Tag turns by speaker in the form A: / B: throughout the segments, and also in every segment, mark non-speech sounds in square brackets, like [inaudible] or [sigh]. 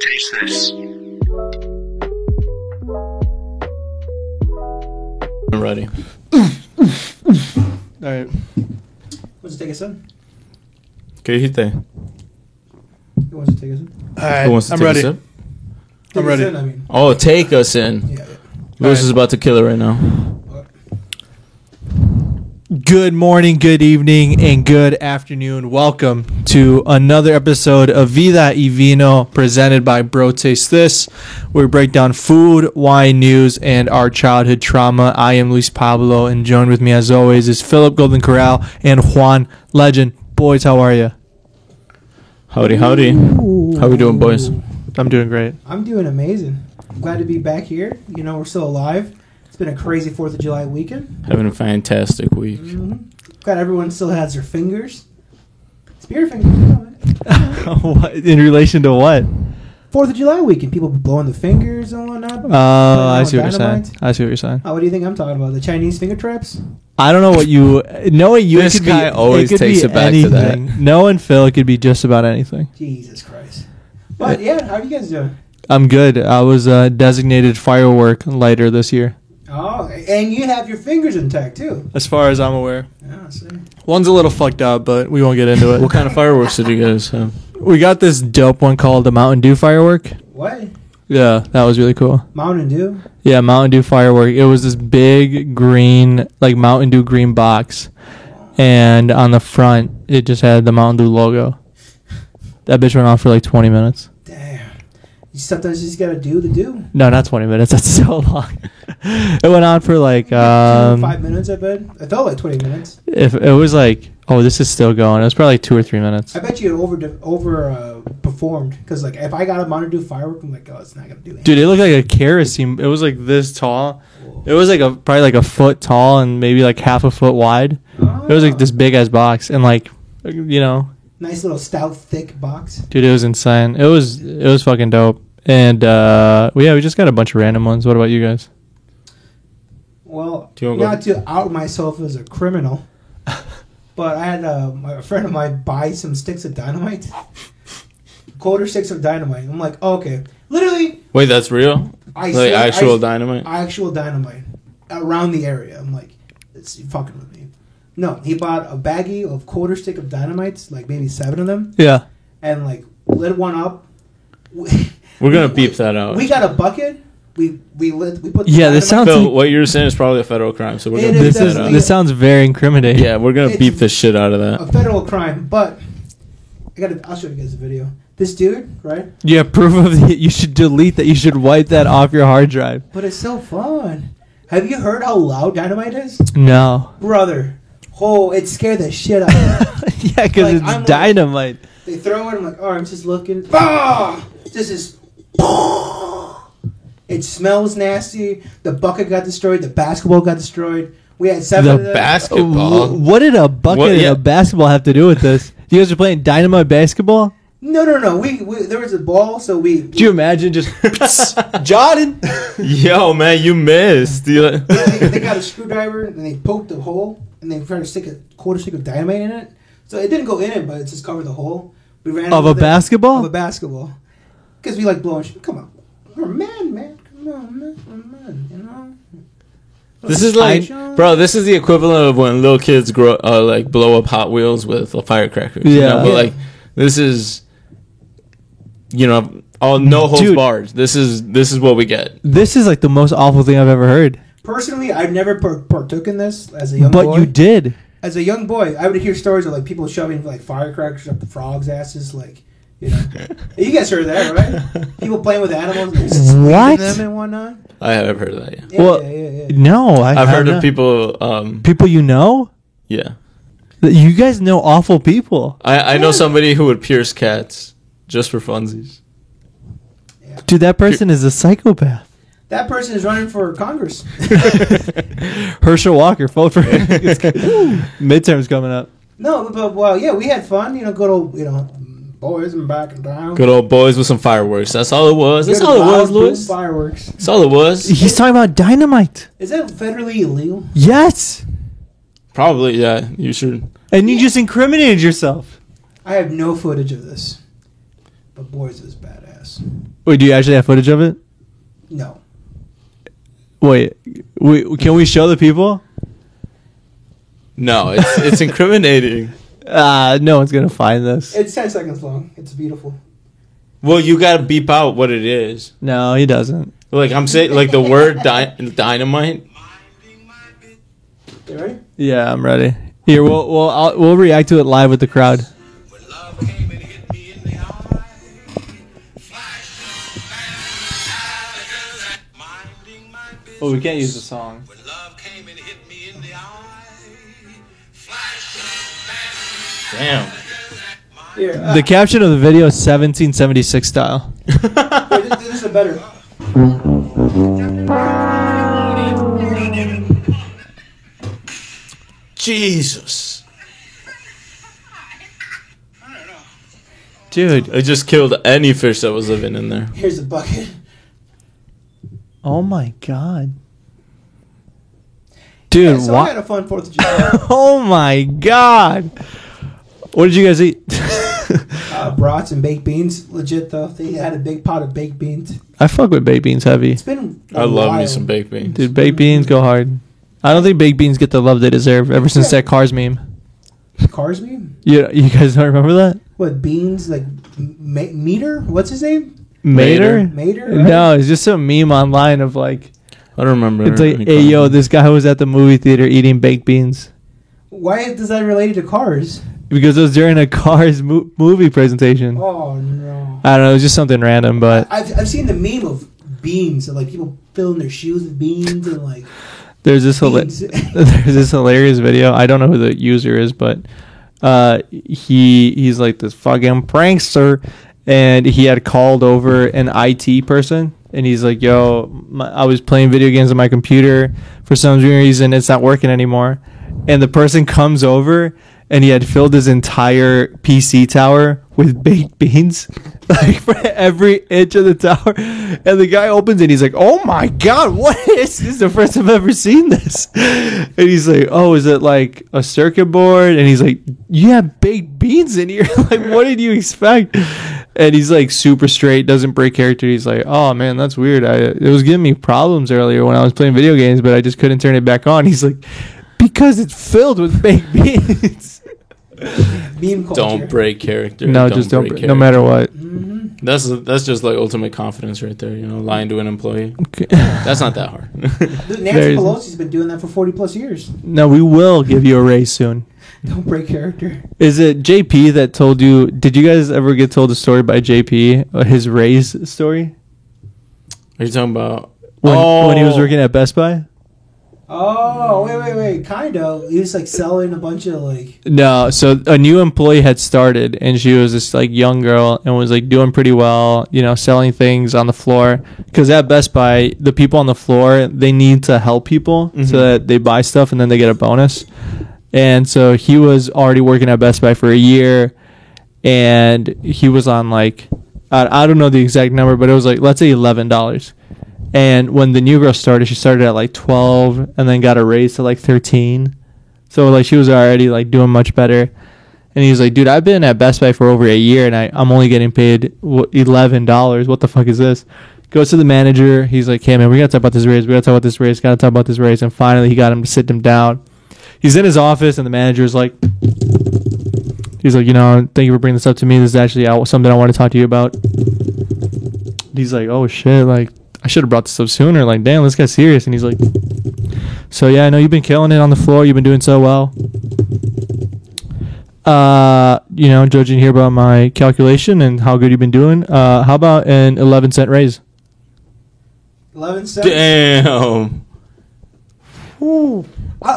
A: Taste this.
B: I'm ready.
C: All right.
D: What's it take us in?
B: ¿Qué dijiste?
D: It wants to take us in.
C: All right.
B: Who wants to
C: I'm
B: take
C: ready.
B: a sip?
D: Take us
C: ready.
D: in, I mean,
B: Oh, take us in.
D: yeah. yeah.
B: Lewis
C: Alright.
B: is about to kill it right now.
C: Good morning, good evening, and good afternoon. Welcome to another episode of Vida y Vino presented by Bro Taste This, where we break down food, wine news, and our childhood trauma. I am Luis Pablo, and joined with me as always is Philip Golden Corral and Juan Legend. Boys, how are you?
B: Howdy, howdy. How we doing, boys?
C: I'm doing great.
D: I'm doing amazing. I'm glad to be back here. You know, we're still alive. It's been a crazy 4th of July weekend.
B: Having a fantastic week.
D: Mm-hmm. Glad everyone still has their fingers. Spear fingers. you know it.
C: [laughs] What- In relation to what?
D: Fourth of July weekend, people be blowing the fingers and whatnot.
C: Oh, I
D: with
C: see what you're saying.
D: dynamite.
C: I see what you're saying.
D: Oh, what do you think I'm talking about? The Chinese finger traps?
C: I don't know what you knowing you.
B: This
C: it could
B: guy
C: be,
B: always
C: it could
B: takes
C: be
B: it back to
C: anything.
B: that.
C: Knowing Phil, it could be just about anything.
D: Jesus Christ. But
C: Eh.
D: yeah, how are you guys doing?
C: I'm good. I was uh, designated firework lighter this year,
D: Oh, and you have your fingers intact too.
C: as far as I'm aware.
D: Yeah, I see.
C: One's a little fucked up, but we won't get [laughs] into
B: What
C: it.
B: kind of [laughs] fireworks did you guys have?
C: we got this dope one called the Mountain Dew firework.
D: What?
C: Yeah, that was really cool.
D: Mountain Dew?
C: Yeah, Mountain Dew firework. It was this big green, like Mountain Dew green box, and on the front it just had the Mountain Dew logo. That bitch went off for like 20 minutes.
D: Damn. You sometimes you just gotta do the do.
C: No, not 20 minutes. [laughs] That's so long. it went on for like
D: Two, five
C: um
D: minutes, I bet. It felt like twenty minutes.
C: if it was like oh this is still going. It was probably like 2 or 3 minutes.
D: I bet you it over over uh, performed because like if I got a Mountain Dew firework, I'm like, oh, it's not gonna do anything.
C: Dude, it looked like a kerosene. It was like this tall. It was like a probably like a foot tall and maybe like half a foot wide.
D: Oh.
C: It was like this big ass box and like you know,
D: nice little stout, thick box.
C: dude, it was insane. It was it was fucking dope. And uh well, yeah, we just got a bunch of random ones. What about you guys?
D: Well,
B: Do you wanna go-
D: not to out myself as a criminal, but I had uh, my- a friend of mine buy some sticks of
C: [laughs]
D: dynamite, quarter sticks of dynamite. I'm like, oh, okay, literally,
B: Wait, that's real?
D: I
B: Like
D: see- I
B: actual
D: see-
B: dynamite?
D: actual dynamite around the area. I'm like, it's you fucking with me. No, he bought a baggie of quarter stick of dynamites, like maybe seven of them,
C: Yeah.
D: and like lit one up. We, [laughs]
B: We're gonna beep that out.
D: we got a bucket. We we lit. We put.
C: Yeah, this
D: dynamite-
C: sounds-
B: Phil, what you're saying is probably a federal crime, so we're
D: It
B: gonna beep
C: This
B: that
C: is
D: doesn't
B: out.
D: mean-
C: this sounds very incriminating.
B: yeah, we're gonna
D: It's-
B: beep the shit out of
D: a
B: that.
D: federal crime, but I got. to I'll show you guys the video. This dude, right?
C: You have proof of the, you should delete that. You should wipe that off your hard drive.
D: But it's so fun. Have you heard how loud dynamite is,
C: No.
D: brother? Oh, it scared the shit out of me.
C: [laughs] yeah, because
D: Like,
C: it's
D: I'm like-
C: dynamite.
D: They throw it. I'm like, oh, I'm just looking. Ah! This is. [laughs] It smells nasty. The bucket got destroyed. The basketball got destroyed. We had seven.
C: The
D: of them.
C: Wh- what did a bucket
B: What- yeah.
C: and a basketball have to do with this? You guys are playing dynamite basketball?
D: No, no, no. We, we there was a ball, so we.
C: Do you imagine just [laughs] Jordan?
B: Yo, man, you missed. You-
D: [laughs] they, they got a screwdriver and they poked the hole and they tried to stick a quarter stick of dynamite in it. So it didn't go in it, but it just covered the hole. We ran
C: Of
D: over
C: a
D: there-
C: basketball?
D: Of a basketball. Because we like blowing shit. Come on, we're men, man. Come on, man. We're men, you know.
B: this is like,
D: I-
B: bro. This is the equivalent of when little kids grow, uh, like, blow up Hot Wheels with a firecracker. You
C: Yeah.
B: know, but
C: Yeah.
B: like, this is, you know, all no holds
C: Dude.
B: barred. This is this is what we get.
C: this is like the most awful thing I've ever heard.
D: Personally, I've never par- partook in this as a young
C: but
D: boy.
C: you did.
D: As a young boy, I would hear stories of like people shoving like firecrackers up the frogs' asses, like
B: [laughs]
D: you know. you guys heard that, right? People playing with animals, and swinging
C: What?
D: them and whatnot.
B: I have heard of that. Yeah.
D: Yeah,
C: Well,
D: yeah, yeah, yeah.
C: No, I
B: I've
C: have
B: heard
C: not.
B: of people. Um,
C: People you know.
B: yeah,
C: That You guys know awful people,
B: I I know somebody who would pierce cats just for funsies.
C: dude. That person is a psychopath.
D: That person is running for
C: [laughs]
D: Congress.
C: Herschel Walker, vote for [laughs] him. Midterms coming up.
D: no, but well, yeah, we had fun. You know, good old, you know, boys and back and down.
B: Good old boys with some fireworks. That's all it was. That's
D: Good
B: all it
D: loud
B: was,
D: boom
B: Louis.
D: Fireworks.
B: That's all it [laughs] was.
C: He's talking about dynamite.
D: Is that federally illegal?
C: Yes.
B: Probably, yeah. You should.
C: And you just incriminated yourself.
D: I have no footage of this. But boys, it was badass.
C: Wait, do you actually have footage of it?
D: No,
C: Wait, we, can we show the people?
B: No, it's it's [laughs] incriminating.
C: Uh, no one's gonna find this.
D: it's ten seconds long. It's beautiful.
B: Well, you gotta beep out what it is.
C: No, he doesn't.
B: Like I'm saying, like the word di- dynamite.
D: You ready?
C: Yeah, I'm ready. Here, we'll we'll I'll, we'll react to it live with the crowd.
A: When love came and hit me in the eye, flashing alligators and minding my business.
C: Oh, song.
A: When love came and hit me in the eye, flashing
B: Damn.
D: Here, uh,
C: The caption of the video is 1776 style.
D: wait, this, this is a better.
B: Jesus.
C: Dude,
B: It just killed any fish that was living in there.
D: Here's a bucket.
C: oh my god. Dude,
D: so I
C: what?
D: had a fun Fourth of July.
C: [laughs] oh my god. What did you guys eat?
D: uh, brats and baked beans, legit though. They had a big pot of baked beans.
C: [laughs] I fuck with baked beans heavy.
D: It's been. I
B: I love me some baked beans.
C: Dude, baked beans go hard. I don't think baked beans get the love they deserve ever since that Cars meme.
D: Cars meme.
C: You, you guys don't remember that?
D: What beans like? M- Ma- meter? What's his name?
C: Mater?
D: Mater? right?
C: No, it's just some meme online of like,
B: I don't remember.
C: it's like,
B: any
C: hey, yo,
B: comment.
C: this guy was at the movie theater eating baked beans.
D: Why does that relate to cars?
C: Because it was during a Cars mo- movie presentation.
D: Oh no.
C: I don't know, it was just something random, but
D: I've, I've seen the meme of beans and like people filling their shoes with beans and like
C: there's this hila- [laughs]
D: beans.
C: there's this hilarious video. I don't know who the user is, but uh, he he's like this fucking prankster, and he had called over an IT person, and he's like, "Yo, my, I was playing video games on my computer. For some reason, it's not working anymore." And the person comes over, and he had filled his entire PC tower with baked beans, [laughs] like for every inch of the tower. And the guy opens it, and he's like, "Oh my god, what [laughs] is this? This is the first time I've ever seen this." [laughs] And he's like, "Oh, is it like a circuit board?" And he's like, "You have baked beans in here. [laughs] like, what did you expect?" And he's like super straight, doesn't break character. He's like, "Oh man, that's weird. I it was giving me problems earlier when I was playing video games, but I just couldn't turn it back on." He's like, "Because it's filled with baked [laughs] beans."
D: meme culture.
B: Don't break character.
C: no, just don't.
B: break
C: br- no
B: [laughs]
C: matter what. [laughs]
D: Mhm.
B: That's that's just like ultimate confidence right there. You know, lying to an employee. That's not that hard. [laughs]
D: Dude,
C: There
D: Nancy
C: is-
D: Pelosi's been doing that for forty plus years. [laughs]
C: No, we will give you a raise soon.
D: Don't break character.
C: Is it JP that told you? Did you guys ever get told a story by JP, uh, his raise story
B: Are you talking about
C: when, when he was
B: Oh.
C: working at Best Buy?
D: Oh wait wait wait, kind of. He was like selling a bunch of like.
C: No, so a new employee had started, and she was this like young girl and was like doing pretty well, you know, selling things on the floor. Because at Best Buy, the people on the floor they need to help people so that they buy stuff and then they get a bonus. And so he was already working at Best Buy for a year, and he was on like I, I don't know the exact number, but it was like let's say eleven dollars. And when the new girl started, she started at like twelve, and then got a raise to like thirteen. So like she was already like doing much better. And he was like, dude, I've been at Best Buy for over a year and I, I'm only getting paid wh- $11. What the fuck is this? Goes to the manager. He's like, hey, man, we got to talk about this raise. We got to talk about this raise. Got to talk about this raise. And finally, he got him to sit him down. He's in his office and the manager's like, he's like, you know, thank you for bringing this up to me. This is actually uh, something I want to talk to you about. He's like, oh shit, like, I should have brought this up sooner. Like, damn, this guy's serious. And he's like, so yeah, I know you've been killing it on the floor. You've been doing so well. Uh, you know, judging here by my calculation and how good you've been doing. Uh, how about an eleven cent raise?
D: Eleven cents.
B: damn?
D: Uh,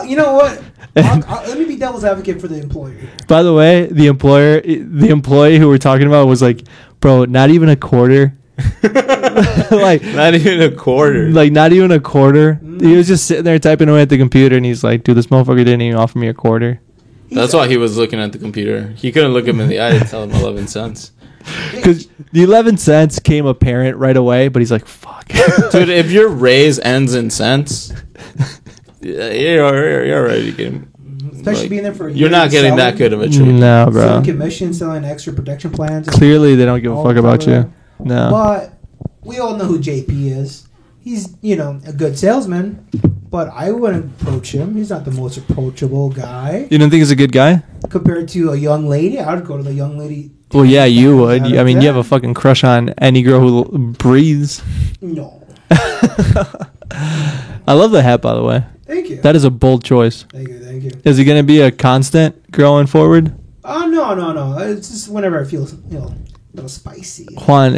D: you
C: [laughs]
D: know what? I'll, I'll, let me be devil's advocate for the employer.
C: By the way, the employer, the employee who we're talking about was like, bro, not even a quarter. [laughs] like,
B: [laughs] Not even a quarter.
C: like not even a quarter.
B: Mm.
C: He was just sitting there typing away at the computer, and he's like, dude, this motherfucker didn't even offer me a quarter.
B: That's why he was looking at the computer. He couldn't look him in the eye to tell him eleven cents.
C: Because the eleven cents came apparent right away, but he's like, fuck.
B: Dude, if
C: [laughs]
B: your raise ends in cents, yeah, you're, you're, you're already getting
D: Especially
B: Like,
D: being there for.
B: You're not getting that good of a treat.
C: No, bro.
D: Selling commissions, selling extra protection plans. and
C: Clearly, they don't give a
D: all
C: fuck
D: that
C: about
D: other-
C: you. Oh, No.
D: But we all know who JP is. He's, you know, a good salesman, but I wouldn't approach him. He's not the most approachable guy.
C: You don't think he's a good guy?
D: Compared to a young lady, I would go to the young lady.
C: Well, yeah, you would.
D: Out of
C: I mean, you have
D: ten.
C: a fucking crush on any girl who l- breathes. [laughs]
D: No.
C: I love the hat, by the way.
D: Thank you.
C: That is a bold choice.
D: thank you. Thank you.
C: Is it going to be a constant growing forward?
D: Oh, no, no, no. It's just whenever it feels, you know, a little spicy.
C: Juan,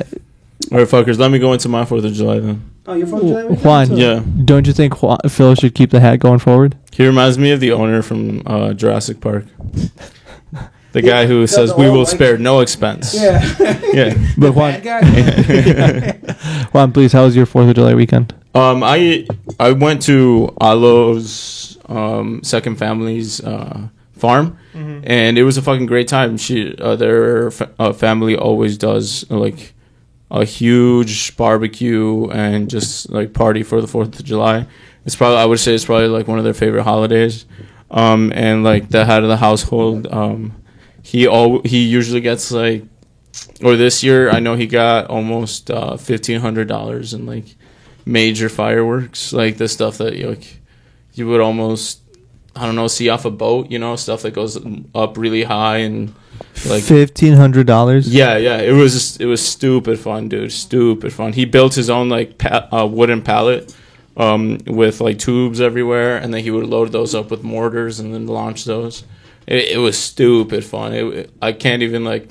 B: All right, fuckers, let me go into my 4th of July then.
D: Oh, you're from July? weekend?
C: Juan,
D: So-
B: Yeah.
C: don't you think Juan, Phil should keep the hat going forward?
B: He reminds me of the owner from uh, Jurassic Park. The guy who
D: Yeah,
B: says,
D: the
B: We
D: old
B: will
D: white-
B: spare no expense.
D: Yeah.
B: Yeah.
C: [laughs] But Juan,
D: Bad guy.
C: [laughs]
B: [laughs]
D: [laughs]
C: Juan, please, how was your 4th of July weekend?
B: Um, I I went to Alo's um, second family's uh, farm, and it was a fucking great time. She uh, their fa- uh, family always does uh, like a huge barbecue and just like party for the Fourth of July. It's probably I would say it's probably like one of their favorite holidays. Um, and like the head of the household, um, he all he usually gets like, or this year I know he got almost uh, fifteen hundred dollars in like major fireworks, like the stuff that you like, you would almost I don't know see off a boat, you know, stuff that goes up really high and like
C: $1,500?
B: yeah, yeah. It was just, it was stupid fun, dude. Stupid fun. He built his own like pa- uh, wooden pallet um, with like tubes everywhere, and then he would load those up with mortars and then launch those. It, it was stupid fun. It, I can't even like.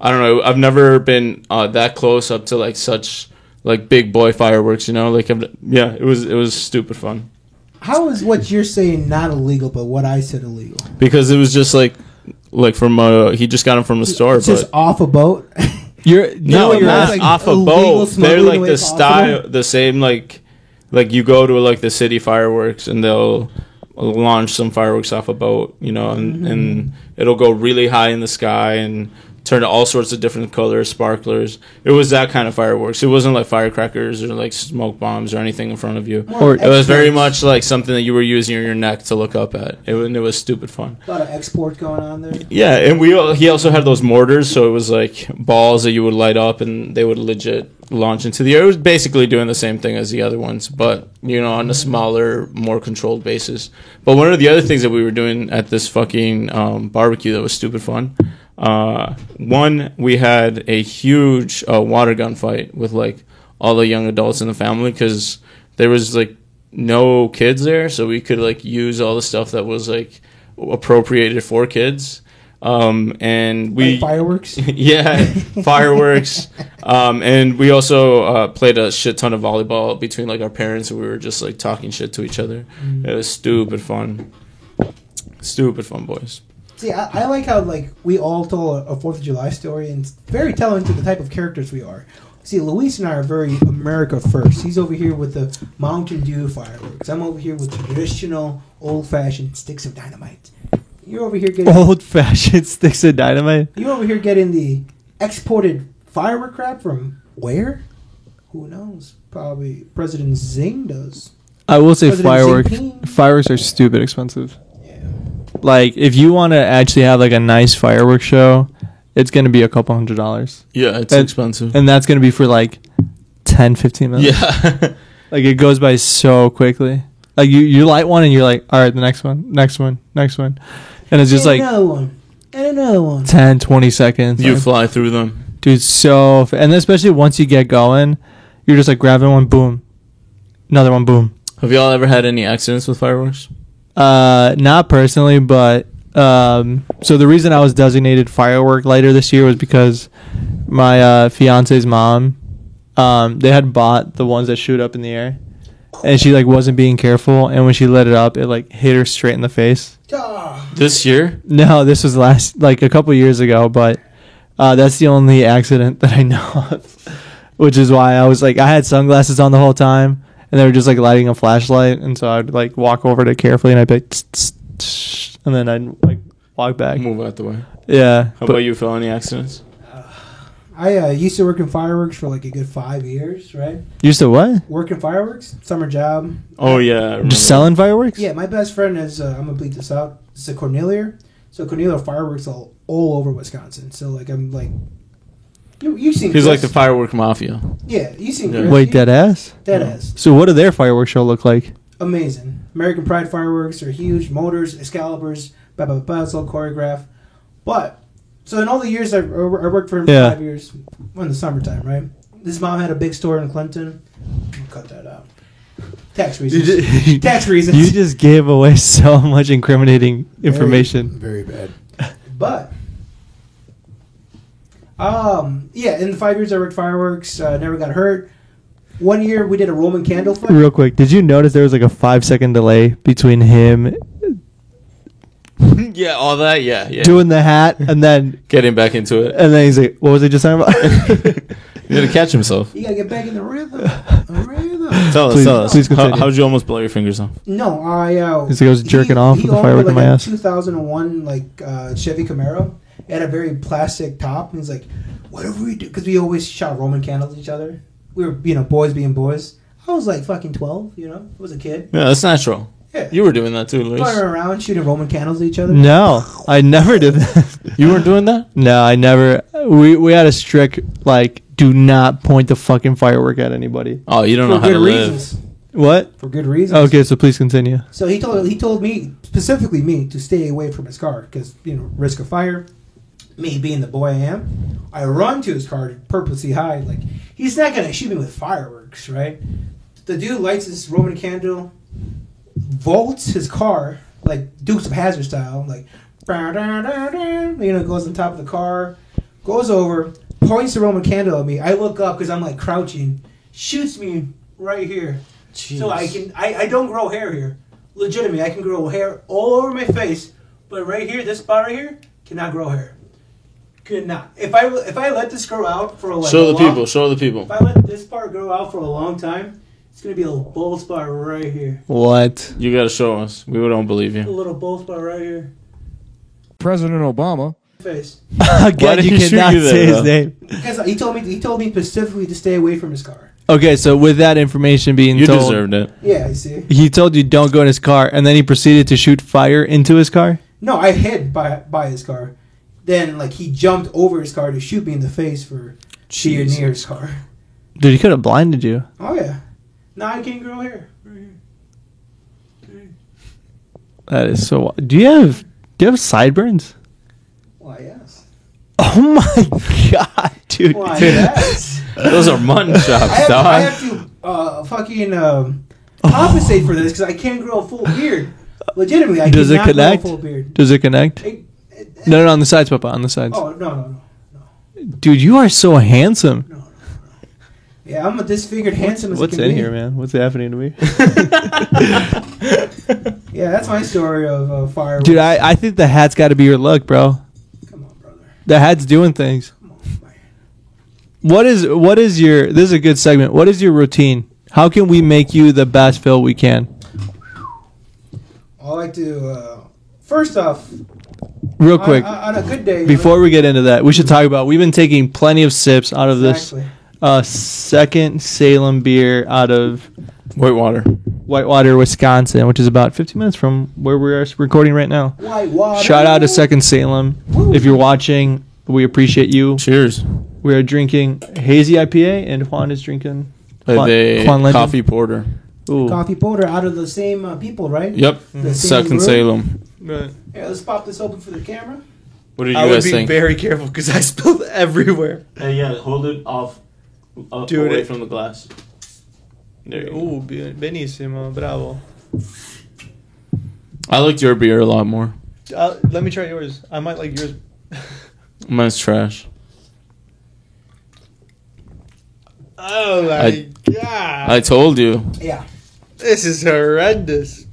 B: I don't know. I've never been uh, that close up to like such like big boy fireworks. You know, like I've, yeah, it was it was stupid fun
D: How is what you're saying not illegal, but what I said illegal?
B: because it was just like like from uh he just got them from the store.
D: It's just
B: but-
D: off a boat. [laughs]
C: You're,
B: No,
D: you're
B: not
D: like
B: off a
D: illegal
B: boat.
D: smuggling
B: They're like
D: away
B: the
D: possible?
B: style, the same like, like you go to like the city fireworks and they'll launch some fireworks off a boat, you know, and
D: Mm-hmm.
B: and it'll go really high in the sky and turn to all sorts of different colors, sparklers. It was that kind of fireworks. It wasn't like firecrackers or like smoke bombs or anything in front of you.
D: More
C: It
B: It was very
D: export-
B: much like something that you were using your neck to look up at. It, wa- and it was stupid fun.
D: A lot of export going on there.
B: Yeah, and we al- he also had those mortars, so it was like balls that you would light up, and they would legit launch into the air. It was basically doing the same thing as the other ones, but you know, on a smaller, more controlled basis. But one of the other things that we were doing at this fucking um, barbecue that was stupid fun. Uh, one, we had a huge uh, water gun fight with like all the young adults in the family because there was like no kids there, so we could like use all the stuff that was like appropriated for kids. Um, and we
D: Like
B: [laughs]
D: fireworks.
B: yeah, fireworks. Um, and we also uh, played a shit ton of volleyball between like our parents, and we were just like talking shit to each other.
C: Mm-hmm.
B: It was stupid fun, stupid fun, boys.
D: See, I, I like how like we all told a Fourth of July story, and it's very telling to the type of characters we are. See, Luis and I are very America first. He's over here with the Mountain Dew fireworks. I'm over here with the traditional, old-fashioned sticks of dynamite. You're over here
C: [laughs]
D: getting
B: Oh,
C: Old fashioned sticks of dynamite?
D: you're over here getting the exported firework crap from where? Who knows? Probably President Zing does.
C: I will say
D: President
C: fireworks.
D: Xi
C: Fireworks are stupid expensive.
D: Yeah.
C: Like if you want to actually have like a nice fireworks show, it's going to be a couple hundred dollars,
B: Yeah, it's
C: And-
B: expensive.
C: and that's going to be for like 10, 15 minutes.
B: [laughs] yeah,
C: [laughs] Like it goes by so quickly. Like you, you light one and you're like, all right, the next one, next one, next one, and it's just
D: and
C: like
D: another one. And another one.
C: 10, 20 seconds.
B: you
C: Like,
B: fly through them.
C: dude, so f- and especially once you get going, you're just like grabbing one, boom, another one, boom.
B: Have y'all ever had any accidents with fireworks?
C: Uh, not personally, but um, so the reason I was designated firework lighter this year was because my uh, fiance's mom, um, they had bought the ones that shoot up in the air, and she like wasn't being careful, and when she lit it up, it like hit her straight in the face.
D: Ah.
B: This year,
C: No, this was last like a couple years ago, but uh, that's the only accident that I know [laughs] of, which is why I was like I had sunglasses on the whole time, and they were just like lighting a flashlight, and so I'd like walk over to carefully, and I'd be like, "Tss, tss, tss," and then I'd like walk back.
B: move out the way.
C: Yeah,
B: How
C: but
B: about you? Feel any accidents?
D: I uh, used to work in fireworks for like a good five years, right?
C: Used to what?
D: Work in fireworks, summer job.
B: Oh yeah, I remember.
C: Just selling fireworks?
D: Yeah, my best friend is, uh, I'm going to bleep this out, it's a Cornelia. So Cornelia fireworks all, all over Wisconsin. So like, I'm like, you, you've seen
B: He's like
D: Chris.
B: the firework mafia.
D: Yeah, you seen
B: Yeah.
D: Chris.
C: Wait, dead ass.
D: Dead ass.
C: So what do their fireworks show
B: [laughs]
C: look like?
D: amazing. American Pride fireworks are huge. Motors, Excaliburs, blah blah blah. It's all choreographed. But so in all the years I, I worked for him
C: Yeah.
D: for five years, in the summertime, right? His mom had a big store in Clinton. Cut that out. Tax reasons. [laughs] Tax reasons.
C: You just gave away [laughs] so much incriminating information.
E: Very bad.
D: But um, yeah, in the five years I worked fireworks, uh, never got hurt. One year we did a Roman candle fight.
C: Real quick, did you notice there was like a five second delay between him
B: [laughs] yeah, all that. Yeah, yeah.
C: doing the hat and then
B: Getting back into it.
C: and then he's like, "What was I just
B: [laughs]
C: talking about?"
B: He had to catch himself.
D: You gotta get back in
C: [laughs]
D: the rhythm. The rhythm.
B: Tell us,
C: Please-
B: tell us.
C: please
B: How,
C: continue.
B: how'd you almost blow your fingers off?
D: No, I. Uh,
C: It's like I was jerking off with a
D: owned,
C: firework in
D: like,
C: my
D: a
C: ass.
D: 2001 like uh, Chevy Camaro. It had a very plastic top, and he's like, "Whatever we do," because we always shot Roman candles at each other. We were, you know, boys being boys. I was like fucking 12, you know, I was a kid.
B: Yeah, that's natural.
D: Yeah,
B: You were doing that too, Luis.
D: flying around shooting Roman candles at each other.
C: no, I never did that.
B: You weren't doing that?
C: No, I never. We we had a strict like, do not point the fucking firework at anybody.
B: Oh, you don't know
D: for
B: how to
D: good
B: live.
D: reasons.
C: What?
D: For good reasons.
C: Okay, so please continue.
D: So he told he told me specifically me to stay away from his car because you know risk of fire. Me being the boy I am, I run to his car to purposely hide. Like he's not gonna shoot me with fireworks, right? The dude lights his Roman candle, vaults his car like Dukes of Hazard style, like "Bah, dah, dah, dah," you know goes on top of the car, goes over, points the Roman candle at me. I look up because I'm like crouching, shoots me right here. So I can I, I don't grow hair here. Legitimately, I can grow hair all over my face, but right here, this spot right here, cannot grow hair. Could not. If I if I let this grow out for like a
B: Show the
D: long-
B: people. Show the people.
D: If I let this part grow out for a long time, it's gonna be a little bald spot right here.
C: What?
B: You gotta show us. We don't believe
D: A
B: you.
D: little bald spot right here.
E: President Obama.
D: Face.
C: [laughs] Again,
B: did
C: you
B: he shoot
C: cannot
B: you there,
C: say his
B: though?
C: name.
D: Because he told me he told me specifically to stay away from his car.
C: Okay, so with that information being
B: You
C: told,
B: deserved it.
D: Yeah, I see.
C: he told you don't go in his car, and then he proceeded to shoot fire into his car.
D: No, I hid by by his car. Then like he jumped over his car to shoot me in the face for shooting near his car.
C: Dude, he could have blinded you.
D: Oh yeah. No, I can't grow hair. Right here.
C: That is so. Do you have do you have sideburns?
D: Why yes.
C: [laughs] Oh my god,
B: [laughs]
C: dude! [laughs]
D: Why yes.
B: Those are mutton
D: I
B: chops,
D: have,
B: dog.
D: I have to uh, fucking um, compensate for this because I can't grow a full beard. Legitimately, I
C: Does it
D: cannot
C: connect?
D: grow a full beard.
C: Does it connect?
D: It- it-
C: No, no, on the sides, Papa, on the sides.
D: Oh no no no.
C: Dude, you are so handsome.
D: Yeah, I'm a disfigured, handsome as
C: What's
D: it can
C: in
D: be.
C: here, man? What's happening
D: [laughs]
C: to me? [laughs]
D: Yeah, that's my story of uh, fireworks.
C: Dude, I, I think the hat's got to be your look, bro.
D: Come on, brother.
C: The hat's doing things.
D: Come on, man.
C: What is what is your? This is a good segment. What is your routine? How can we make you the best Phil we can?
D: I like to. Uh, first off,
C: Real
D: on-
C: quick,
D: on, on a good day.
C: before we get into that, we should talk about. We've been taking plenty of sips out of this
D: Exactly.
C: uh, second Salem beer out of
B: Whitewater.
C: Whitewater, Wisconsin, which is about 15 minutes from where we are recording right now.
D: White water.
C: Shout out to Second Salem. If you're watching, we appreciate you.
B: Cheers.
C: We are drinking hazy IPA, and Juan is drinking
B: Uh,
C: Quan-
B: they
C: Quan Legend.
B: coffee porter.
C: Ooh.
D: Coffee powder out of the same uh, people, right?
B: Yep.
D: The same
B: Second
D: brew?
B: Salem.
D: Here, let's pop this open for the camera.
B: What did you
F: I would
B: guys
F: be
B: think?
F: very careful because I
C: [laughs]
F: spilled everywhere.
B: Hey, yeah, hold it off, uh,
C: Dude, away it-
B: from the glass. There
C: benissimo, bravo.
B: I liked your beer a lot more.
C: Uh, let me try yours. I might like yours.
B: Mine's trash.
F: Oh my
B: I-
F: god!
B: I told you.
D: Yeah.
F: this is horrendous.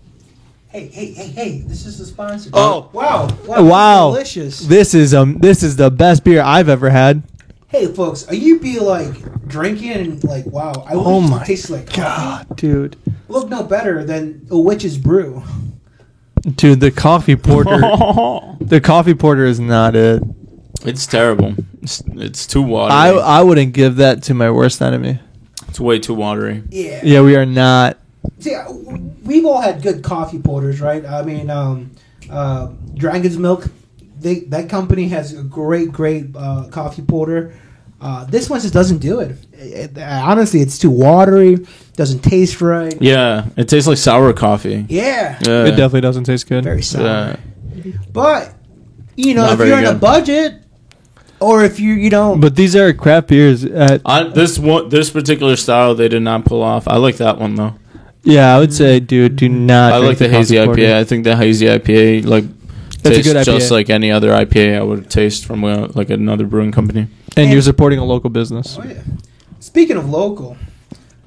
D: Hey, hey, hey, hey! This is the sponsor.
F: Oh.
D: wow!
C: Wow.
D: Delicious.
C: This is um, this is the best beer I've ever had.
D: Hey, folks, are you be like drinking and like, wow? I wish
C: Oh my
D: it tastes like coffee.
F: Ah,
C: dude.
D: Look no better than a witch's brew.
F: [laughs]
C: Dude, the coffee porter. the coffee porter is not it.
B: It's terrible. It's, it's too watery.
C: I I wouldn't give that to my worst enemy.
B: it's way too watery.
D: Yeah.
C: Yeah, we are not.
D: See, I- we've all had good coffee porters, right? I mean, um, uh, Dragon's Milk. They that company has a great, great uh, coffee porter. Uh, this one just doesn't do it. It- it- Honestly, it's too watery. Doesn't taste right.
B: Yeah, it tastes like sour coffee.
D: Yeah,
B: Yeah.
C: It definitely doesn't taste good.
D: very sour.
B: Yeah.
D: But you know,
B: Not
D: if
B: very
D: you're on a
B: good.
D: budget, or if you you know,
C: But these are crap beers. At,
B: I, this one, this particular style, they did not pull off. I like that one though.
C: yeah, I would say, dude, do not.
B: I
C: drink
B: like the hazy
C: coffee porter.
B: IPA. I think the hazy IPA like
C: That's a
B: tastes
C: good
B: just
C: IPA.
B: like any other IPA I would taste from uh, like another brewing company. [sighs]
C: and you're supporting a local business.
D: Oh, yeah. Speaking of local,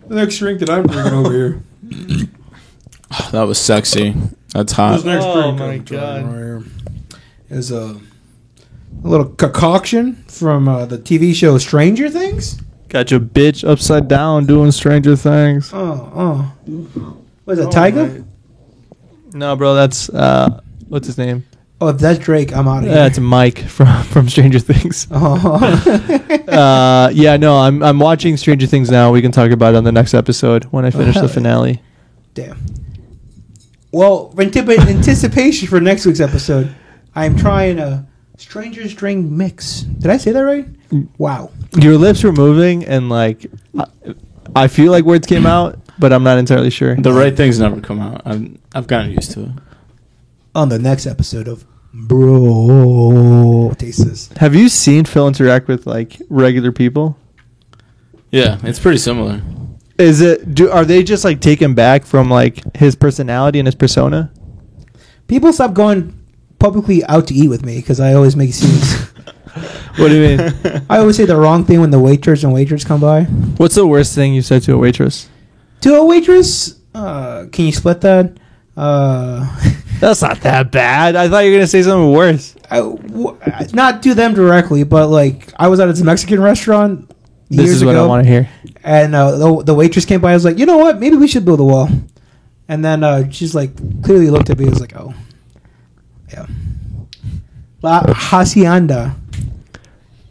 F: The next drink that I'm drinking over here.
B: That was sexy. That's hot.
F: Those next
D: Oh,
F: drink
D: my
F: I'm drinking
D: God.
F: right here
D: is a, a little concoction from uh, the TV show Stranger Things.
C: Got your bitch upside down doing Stranger Things.
D: Oh, oh. Was it
F: Oh,
D: Tiger?
F: my-
C: No, bro, that's uh, what's his name?
D: Oh, if that's Drake, I'm out of here.
C: That's Uh, Mike from [laughs] from Stranger Things.
D: [laughs] oh.
C: [laughs] Uh, yeah, no, I'm I'm watching Stranger Things now. We can talk about it on the next episode when I finish [laughs]
D: hell
C: the
D: yeah.
C: finale.
D: Damn. Well, in tip- in anticipation for next week's episode, I am trying a Stranger's Drink mix. Did I say that right?
C: Mm.
D: Wow.
C: Your lips were moving, and like, I, I feel like words came out, but I'm not entirely sure.
B: The right things never come out. I'm, I've gotten used to it.
D: On the next episode of Bro Tastes.
C: Have you seen Phil interact with like regular people?
B: Yeah, it's pretty similar.
C: Is it do are they just like taken back from like his personality and his persona?
D: People stop going publicly out to eat with me because I always
C: [laughs]
D: make scenes.
C: [laughs] What do you mean?
D: I always say the wrong thing when the waiters and waiters come by.
C: What's the worst thing you said to a waitress?
D: To a waitress, uh, can you split that? Uh,
C: That's not that bad. I thought you were gonna say something worse.
D: I, w- I- not to them directly, but like I was at this Mexican restaurant
C: This
D: years
C: is what
D: ago,
C: I want to hear.
D: and uh, the, the waitress came by. I was like, you know what? Maybe we should build a wall. And then uh, she's like, clearly looked at me. and was like, oh, yeah, La hacienda.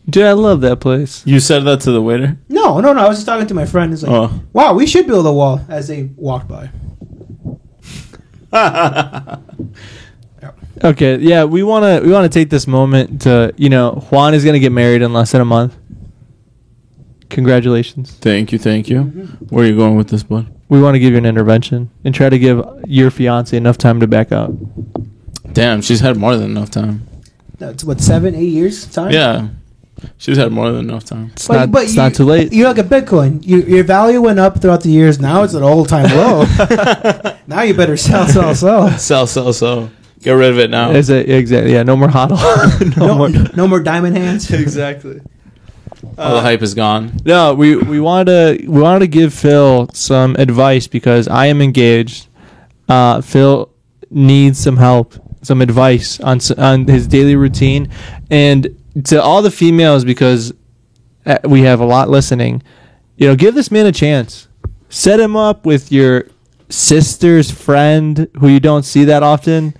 C: Dude, I love that place.
B: [laughs] You said that to the waiter. [laughs]
D: No, no, no. I was just talking to my friend. He's like,
B: Oh.
D: wow, we should build a wall. As they walked by,
C: Okay, yeah, we wanna we wanna take this moment to you know Juan is gonna get married in less than a month. Congratulations.
B: Thank you, thank you. Where are you going with this, bud?
C: We want to give you an intervention and try to give your fiance enough time to back out.
B: Damn, she's had more than enough time.
D: that's what seven, eight years time.
B: Yeah, she's had more than enough time.
C: It's not it's
D: you,
C: not too late.
D: You're like a Bitcoin. You, your value went up throughout the years. Now it's at an all time
B: Oh.
D: low. [laughs] now you better sell, sell, sell.
C: [laughs]
B: Sell, sell, sell. Get rid of it now.
C: Is it exactly? Yeah, no more hodl. [laughs] no,
D: No,
C: more. [laughs]
D: no more diamond hands.
F: exactly.
D: Uh,
B: All the hype is gone.
C: No, we we wanted to we wanted to give Phil some advice because I am engaged. Uh, Phil needs some help, some advice on s- on his daily routine, and to all the females because uh, we have a lot listening. You know, give this man a chance. Set him up with your sister's friend who you don't see that often.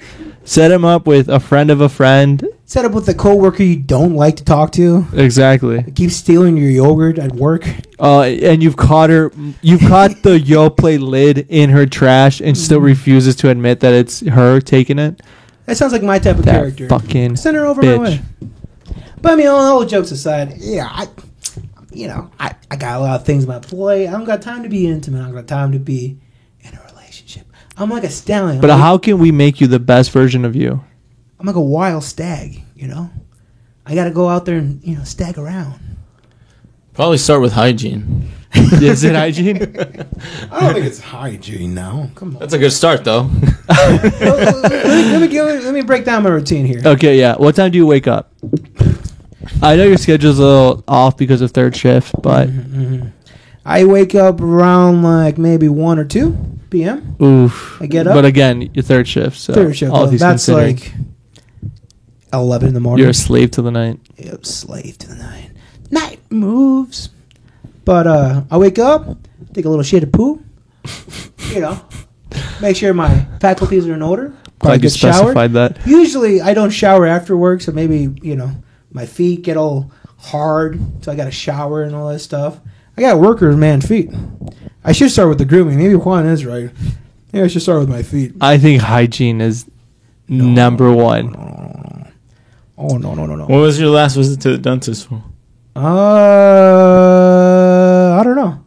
C: Set him up with a friend of a friend.
D: Set up with a coworker you don't like to talk to.
C: Exactly.
D: Keep stealing your yogurt at work.
C: Uh, and you've caught her, you've caught
D: [laughs]
C: the Yo Play lid in her trash, and still
D: Mm-hmm.
C: refuses to admit that it's her taking it.
D: That sounds like my type of
C: That
D: character.
C: fucking
D: Send her over
C: bitch.
D: my way. But I mean, all, all jokes aside, yeah, I, you know, I, I got a lot of things on my plate. I don't got time to be intimate. I don't got time to be in a relationship. I'm like a stallion.
C: But
D: I'm like-
C: how can we make you the best version of you?
D: [laughs] I'm like a wild stag, you know. I got to go out there and you know stag around.
B: Probably start with hygiene.
C: Is [laughs] it hygiene?
A: I don't think it's hygiene now.
D: Come on.
B: That's a good start, though.
D: let, me, let, me, give- let me break down my routine here.
C: Okay, yeah. What time do you wake up? I know your schedule's a little off because of third shift, but
D: Mm-hmm. I wake up around like maybe one or two p.m.
C: oof.
D: I get up.
C: But again, your third shift. So
D: Third shift.
C: All
D: though.
C: these
D: That's
C: considered,
D: like eleven in the morning.
C: you're a slave to the night.
D: Yep, slave to the night. Night moves. But uh, I wake up, take a little shit
C: [laughs]
D: of poo. you know, make sure my faculties are in order.
C: Glad you
D: get showered.
C: specified that.
D: Usually I don't shower after work, so maybe you know my feet get all hard, so I got to shower and all that stuff. I got workers, man, feet. I should start with the grooming. Maybe Juan is right. Maybe I should start with my feet.
B: Uh,
C: I think hygiene is number one.
D: Oh no no no no.
B: [laughs] What was your last visit to the dentist for?
D: Uh, I don't know.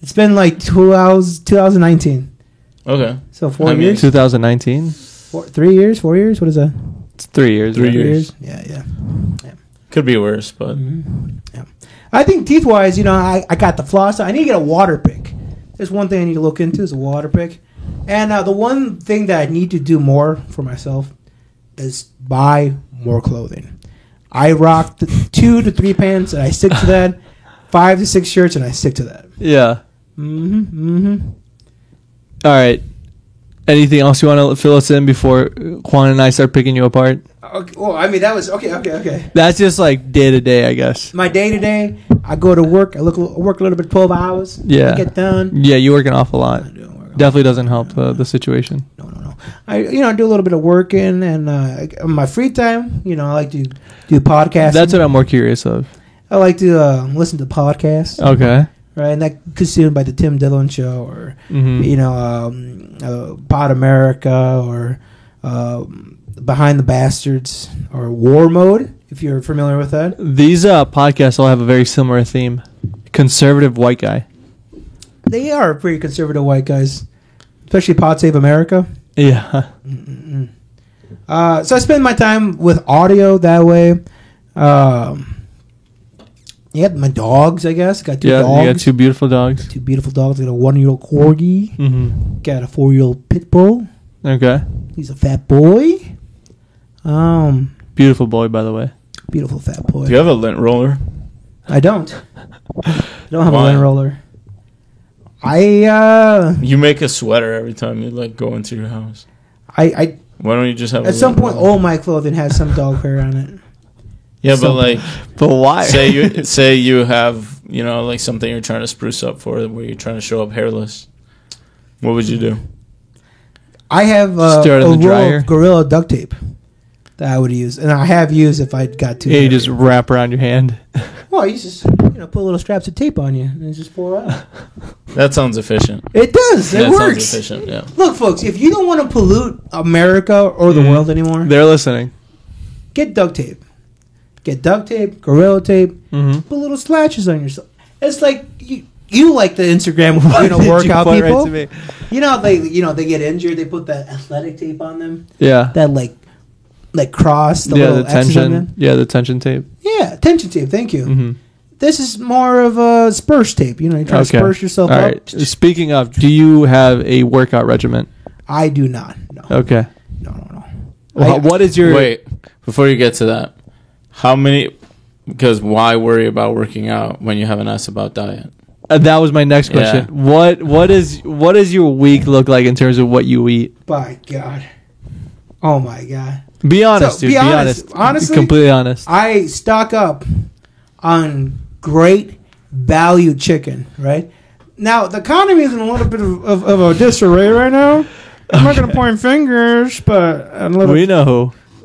D: It's been like two hours, 2019.
B: Okay.
D: So four
B: How many?
D: years,
C: 2019.
D: four, three years, four years. What is that?
C: It's three years.
B: Three
C: right?
B: years.
D: Yeah, yeah.
B: Could be worse, but
D: Yeah. I think teeth wise, you know, I, I got the floss. I need to get a water pick. There's one thing I need to look into is a water pick. And uh, the one thing that I need to do more for myself is buy more clothing. I rock the two to three pants and I stick to that. Five to six shirts and I stick to that.
C: Yeah.
D: Mm-hmm. Mm-hmm.
C: All right. Anything else you want to fill us in before Quan and I start picking you apart?
D: Okay, well, I mean that was okay. Okay. Okay.
C: That's just like day to day, I guess.
D: My day to day, I go to work. I look work a little bit, twelve hours.
C: Yeah.
D: I get done.
C: Yeah, you work an awful lot.
D: I don't work.
C: Definitely doesn't help the, the situation.
D: no, no, no. I you know I do a little bit of working and uh, on my free time. You know I like to do podcasts.
C: That's what I'm more curious of.
D: I like to uh, listen to podcasts,
C: Okay.
D: right? And that consumed by the Tim Dillon Show or
C: Mm-hmm.
D: you know um, uh, Pod America or um, Behind the Bastards or War Mode if you're familiar with that.
C: These uh, podcasts all have a very similar theme conservative white guy. [laughs]
D: They are pretty conservative white guys, especially Pod Save America.
C: Yeah.
D: Mm-mm. Uh, so I spend my time with audio that way. Um, yeah, my dogs, I guess. Got two
C: Yeah,
D: dogs.
C: you got two beautiful dogs.
D: two beautiful dogs. I got a one year old corgi.
C: Mm-hmm.
D: Got a four year old pit bull.
C: Okay.
D: He's a fat boy. Um,
C: Beautiful boy, by the way.
D: beautiful fat boy.
B: do you have a lint roller?
D: I don't. I don't have
B: Why?
D: a lint roller. I uh,
B: You make a sweater every time you like go into your house.
D: I, I
B: Why don't you just have?
D: at
B: a
D: some
B: lint
D: point oh,
B: roller?
D: all my clothing has some dog hair on it.
B: yeah, but
C: some-
B: like,
C: But why?
B: say
D: [laughs]
B: you say you have you know like something you're trying to spruce up for where you're trying to show up hairless. What would you do?
D: I have uh,
C: Stir it
D: a
C: in
D: roll
C: the dryer.
D: of Gorilla duct tape that I would use, and I have used if I got
C: [laughs]
D: too.
C: yeah, you
D: hairy.
C: just wrap around your hand.
D: well, you just you know put little straps of tape on you and it just pour
C: [laughs]
D: out.
B: That sounds efficient.
D: It does. It
B: that sounds
D: works.
B: efficient. Yeah.
D: Look, folks, if you don't want to pollute America or the
C: Mhm.
D: world anymore,
C: They're listening.
D: get duct tape. Get duct tape, Gorilla tape.
C: Mm-hmm.
D: Put little slashes on yourself. It's like you. You like the Instagram, [laughs]
C: [laughs]
D: you know, workout people. you know, they, you know, they get injured. They put that athletic tape on them,
C: Yeah.
D: that like, like cross. The
C: yeah,
D: little
C: the
D: X's on them.
C: tension. Yeah, the tension tape.
D: Yeah, tension tape. Thank you.
C: Mm-hmm.
D: This is more of a spurge tape. You know, you try to spurge yourself
C: All
D: up.
C: right. Speaking of, do you have a workout regimen?
D: I do not. No,
C: Okay.
D: no, no, no.
C: Wha-
D: I-
C: what is your
B: Wait, before you get to that, how many? Because why worry about working out when you haven't asked about diet?
C: Uh, that was my next question. What what is what does your week look like in terms of what you eat?
D: By God. Oh my God.
C: Be honest,
D: So,
C: dude.
D: be
C: Be honest.
D: honest. Honestly-
C: completely honest.
D: I stock up on great value chicken. Right now, the economy is in a little bit of, of, of a disarray right now. I'm not going to point fingers, but a little.
C: We know who.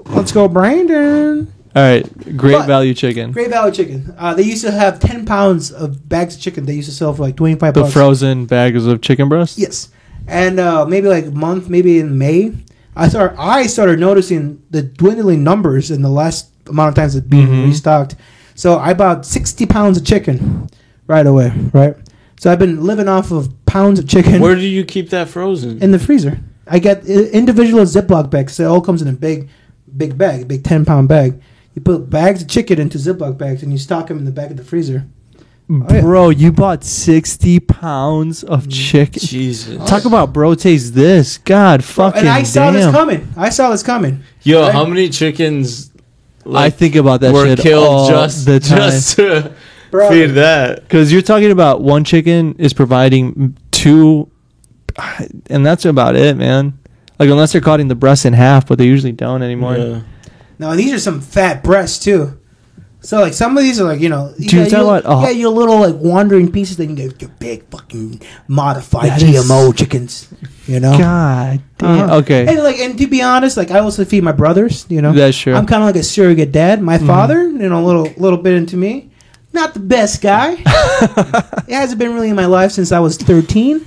C: All
D: Let's go, Brandon.
C: right. Great
D: But-
C: value chicken.
D: Great value chicken. Uh, they used to have ten pounds of bags of chicken. They used to sell for like twenty five
C: the
D: bucks.
C: frozen bags of chicken breast.
D: Yes, and uh, maybe like a month, maybe in May, I start I started noticing the dwindling numbers in the last amount of times it's being
C: Mhm.
D: restocked. So I bought sixty pounds of chicken right away. Right, so I've been living off of pounds of chicken
B: Where do you keep that frozen?
D: in the freezer. I get i- individual Ziploc bags. So it all comes in a big, big bag, a big ten pound bag. You put bags of chicken into Ziploc bags and you stock them in the back of the freezer. Oh, yeah. Mm.
C: Bro, you bought sixty pounds of chicken.
B: Jesus.
C: Talk about bro taste this. God fucking
D: and I saw this
C: damn.
D: coming. I saw this coming.
B: Yo,
D: Right?
B: how many chickens
C: I think about that
B: were
C: shit all
B: killed just
C: the time.
B: just to
D: Bro.
B: feed that?
C: Because you're talking about one chicken is providing two, and that's about it, man. Like unless they're cutting the breast in half, but they usually don't anymore.
B: Yeah.
D: Now these are some fat breasts too. So like some of these are like you know you
C: Dude,
D: got
C: tell
D: your-
C: what, uh,
D: you got your little like wandering pieces then you get your big fucking modified
C: That
D: GMO
C: is-
D: chickens You know.
C: God damn.
D: Uh-huh.
C: Okay.
D: And like, and to be honest, like I also feed my brothers. You know,
C: That's true. Mm-hmm.
D: I'm kind of like a surrogate dad. My father, you know, a little little bit into me. Not the
C: [laughs]
D: best guy. it hasn't been really in my life since I was 13.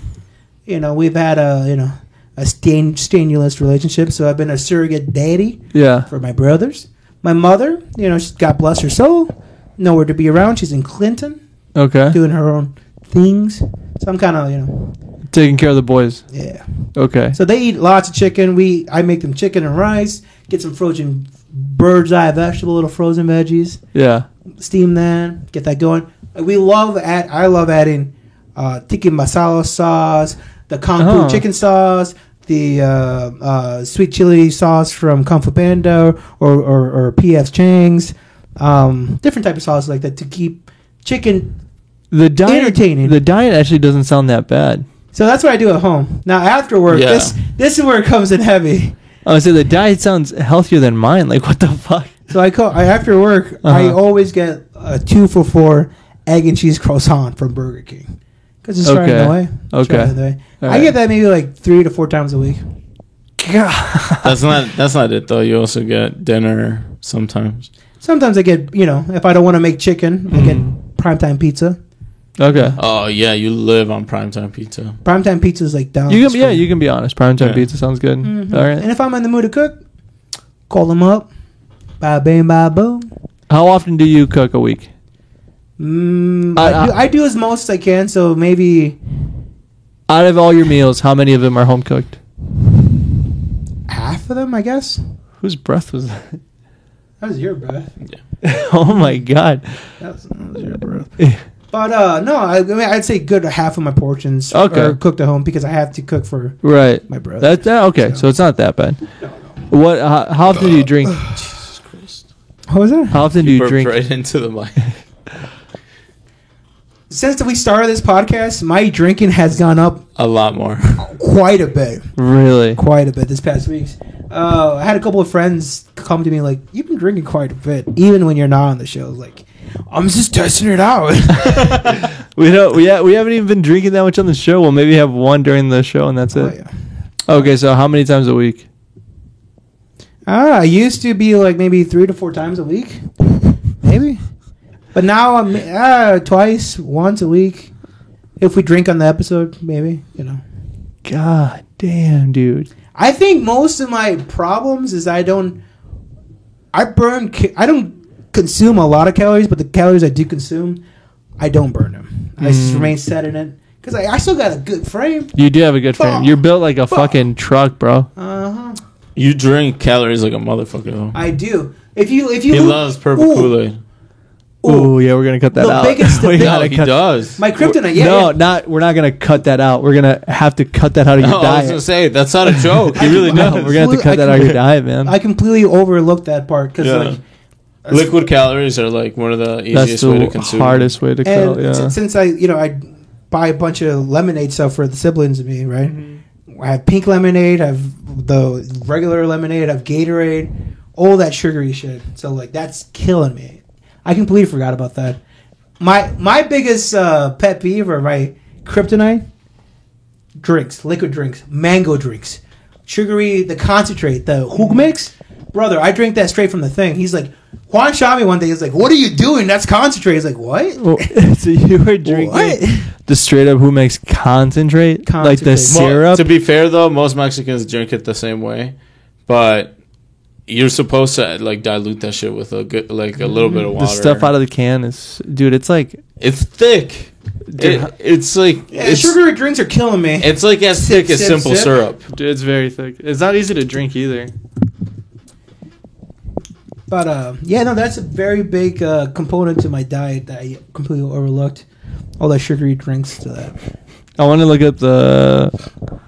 D: You know, we've had a you know a stain, stainless relationship, so I've been a surrogate daddy
C: yeah.
D: for my brothers. My mother, you know, she's God bless her soul, nowhere to be around. She's in Clinton
C: Okay.
D: doing her own things. So I'm kind of you know
C: Taking care of the boys.
D: yeah.
C: Okay.
D: So they eat lots of chicken. We I make them chicken and rice. Get some frozen bird's eye vegetable, little frozen veggies.
C: Yeah.
D: Steam that. Get that going. We love add. I love adding uh, tiki masala sauce, the kung fu
C: Oh.
D: chicken sauce, the uh, uh, sweet chili sauce from Kung Fu Panda or or, or P.F. Chang's. Um, different type of sauce like that to keep chicken
C: The diet.
D: Entertaining.
C: The diet actually doesn't sound that bad.
D: so that's what I do at home. Now afterward,
B: Yeah.
D: this this is where it comes in [laughs] heavy.
C: I would say the diet sounds healthier than mine. Like what the fuck?
D: So I call I after work. I
C: Uh-huh.
D: always get a two for four egg and cheese croissant from Burger King because it's starting
C: Okay.
D: the way. It's
C: Okay.
D: starting the way.
C: All
D: I
C: right.
D: get that maybe like three to four times a week.
B: That's not that's not it though. You also get dinner sometimes.
D: [laughs] Sometimes I get you know if I don't want to make chicken, I get
C: Mm-hmm.
D: primetime pizza.
C: Okay.
B: Oh yeah, you live on primetime pizza.
D: Primetime pizza is like down.
C: You
D: the
C: can, yeah,
D: street.
C: you can be honest. Prime time
B: Yeah.
C: pizza sounds good.
D: Mhm.
C: All right.
D: And if I'm in the mood to cook, call them up. Bye bing, bye boom.
C: How often do you cook a week?
D: Mm,
C: I-
D: I, do, I do as most as I can. So maybe
C: Out of all your meals, how many of them are home cooked?
D: half of them, I guess.
C: Whose breath was that? [laughs]
D: That was your breath.
C: oh my god.
D: That was, that was your
F: breath.
D: But uh, no, I, I mean, I'd say good half of my portions
C: Okay.
D: are cooked at home because I have to cook for
C: [laughs] Right.
D: my brother.
C: That, that okay. So it's not that bad. What? Uh, how often do you drink?
B: Jesus Christ.
D: what was that?
C: How often do you
B: burped
C: drink?
B: right [laughs] into the
C: [laughs]
B: mic.
D: Since we started this podcast, my drinking has gone up
B: A lot more.
D: quite a bit,
C: Really?
D: quite a bit this past weeks. Uh, I had a couple of friends come to me like, "You've been drinking quite a bit, even when you're not on the show." I was like, I'm just testing it out. [laughs]
C: We don't. We, ha- we haven't even been drinking that much on the show. We'll maybe have one during the show, and that's
D: Oh,
C: it.
D: yeah.
C: Okay. So how many times a week?
D: Ah, I used to be like maybe three to four times a week, maybe. But now I'm uh, twice, once a week. If we drink on the episode, maybe you know.
C: God damn, dude.
D: I think most of my problems is I don't. I burn. ca- I don't consume a lot of calories, but the calories I do consume, I don't burn them. I just
C: Mm.
D: remain set in it because I, I still got a good frame.
C: You do have a good frame.
D: Fuck.
C: You're built like a
D: Fuck.
C: fucking truck, bro.
D: Uh
C: Uh-huh.
D: huh.
B: You drink calories like a motherfucker though.
D: I do. If you if you
B: he loves purple
D: Ooh,
B: Kool Aid.
D: ooh.
C: Ooh, yeah, we're gonna cut that
D: The
C: out.
D: biggest-
C: [laughs]
D: the
C: We
D: big-
B: No,
C: gotta
B: he
C: cut-
B: does.
D: my kryptonite, yeah,
C: no,
D: yeah.
C: not. We're not gonna cut that out. We're gonna have to cut that
B: [laughs]
C: out of
B: [laughs]
C: your
B: No, I was gonna
C: diet.
B: say that's not a joke.
C: [laughs]
B: He Oh, really
C: No,
B: does.
C: we're gonna have to
D: Absolutely, I
C: cut that out of
D: can-
C: your diet, man.
D: I completely overlooked that part because
B: Yeah.
D: like
B: Liquid calories are like one of the
C: That's
B: easiest way
C: the
B: to consume.
C: hardest way to
D: and
C: cut. Yeah. [laughs]
D: s- since I you know I buy a bunch of lemonade stuff for the siblings and me, right? I have pink lemonade, I have the regular lemonade, I have Gatorade, all that sugary shit. So like that's killing me. I completely forgot about that. My my biggest uh, pet peeve or my kryptonite drinks, liquid drinks, mango drinks, sugary, the concentrate, the hook mix. Brother, I drink that straight from the thing. He's like, Juan shot me one day. He's like, "What are you doing? That's concentrate." He's like, "What?"
C: Well, [laughs] so you were drinking
D: What?
C: the straight up who makes concentrate, like the
D: Concentrate.
B: Mo-
C: syrup.
B: to be fair though, most Mexicans drink it the same way, but you're supposed to like dilute that shit with a good, like a little bit of water.
C: the stuff out of the can is, dude. It's like
B: it's thick.
C: Dude,
B: It- it's like
D: Yeah,
B: it's,
D: sugary drinks are killing me.
B: it's like as
D: Sip,
B: thick as
D: sip,
B: simple
D: sip.
B: syrup. [laughs]
C: dude, it's very thick. It's not easy to drink either.
D: But uh, yeah, no, that's a very big uh, component to my diet that I completely overlooked. All that sugary drinks to that.
C: I want to look up the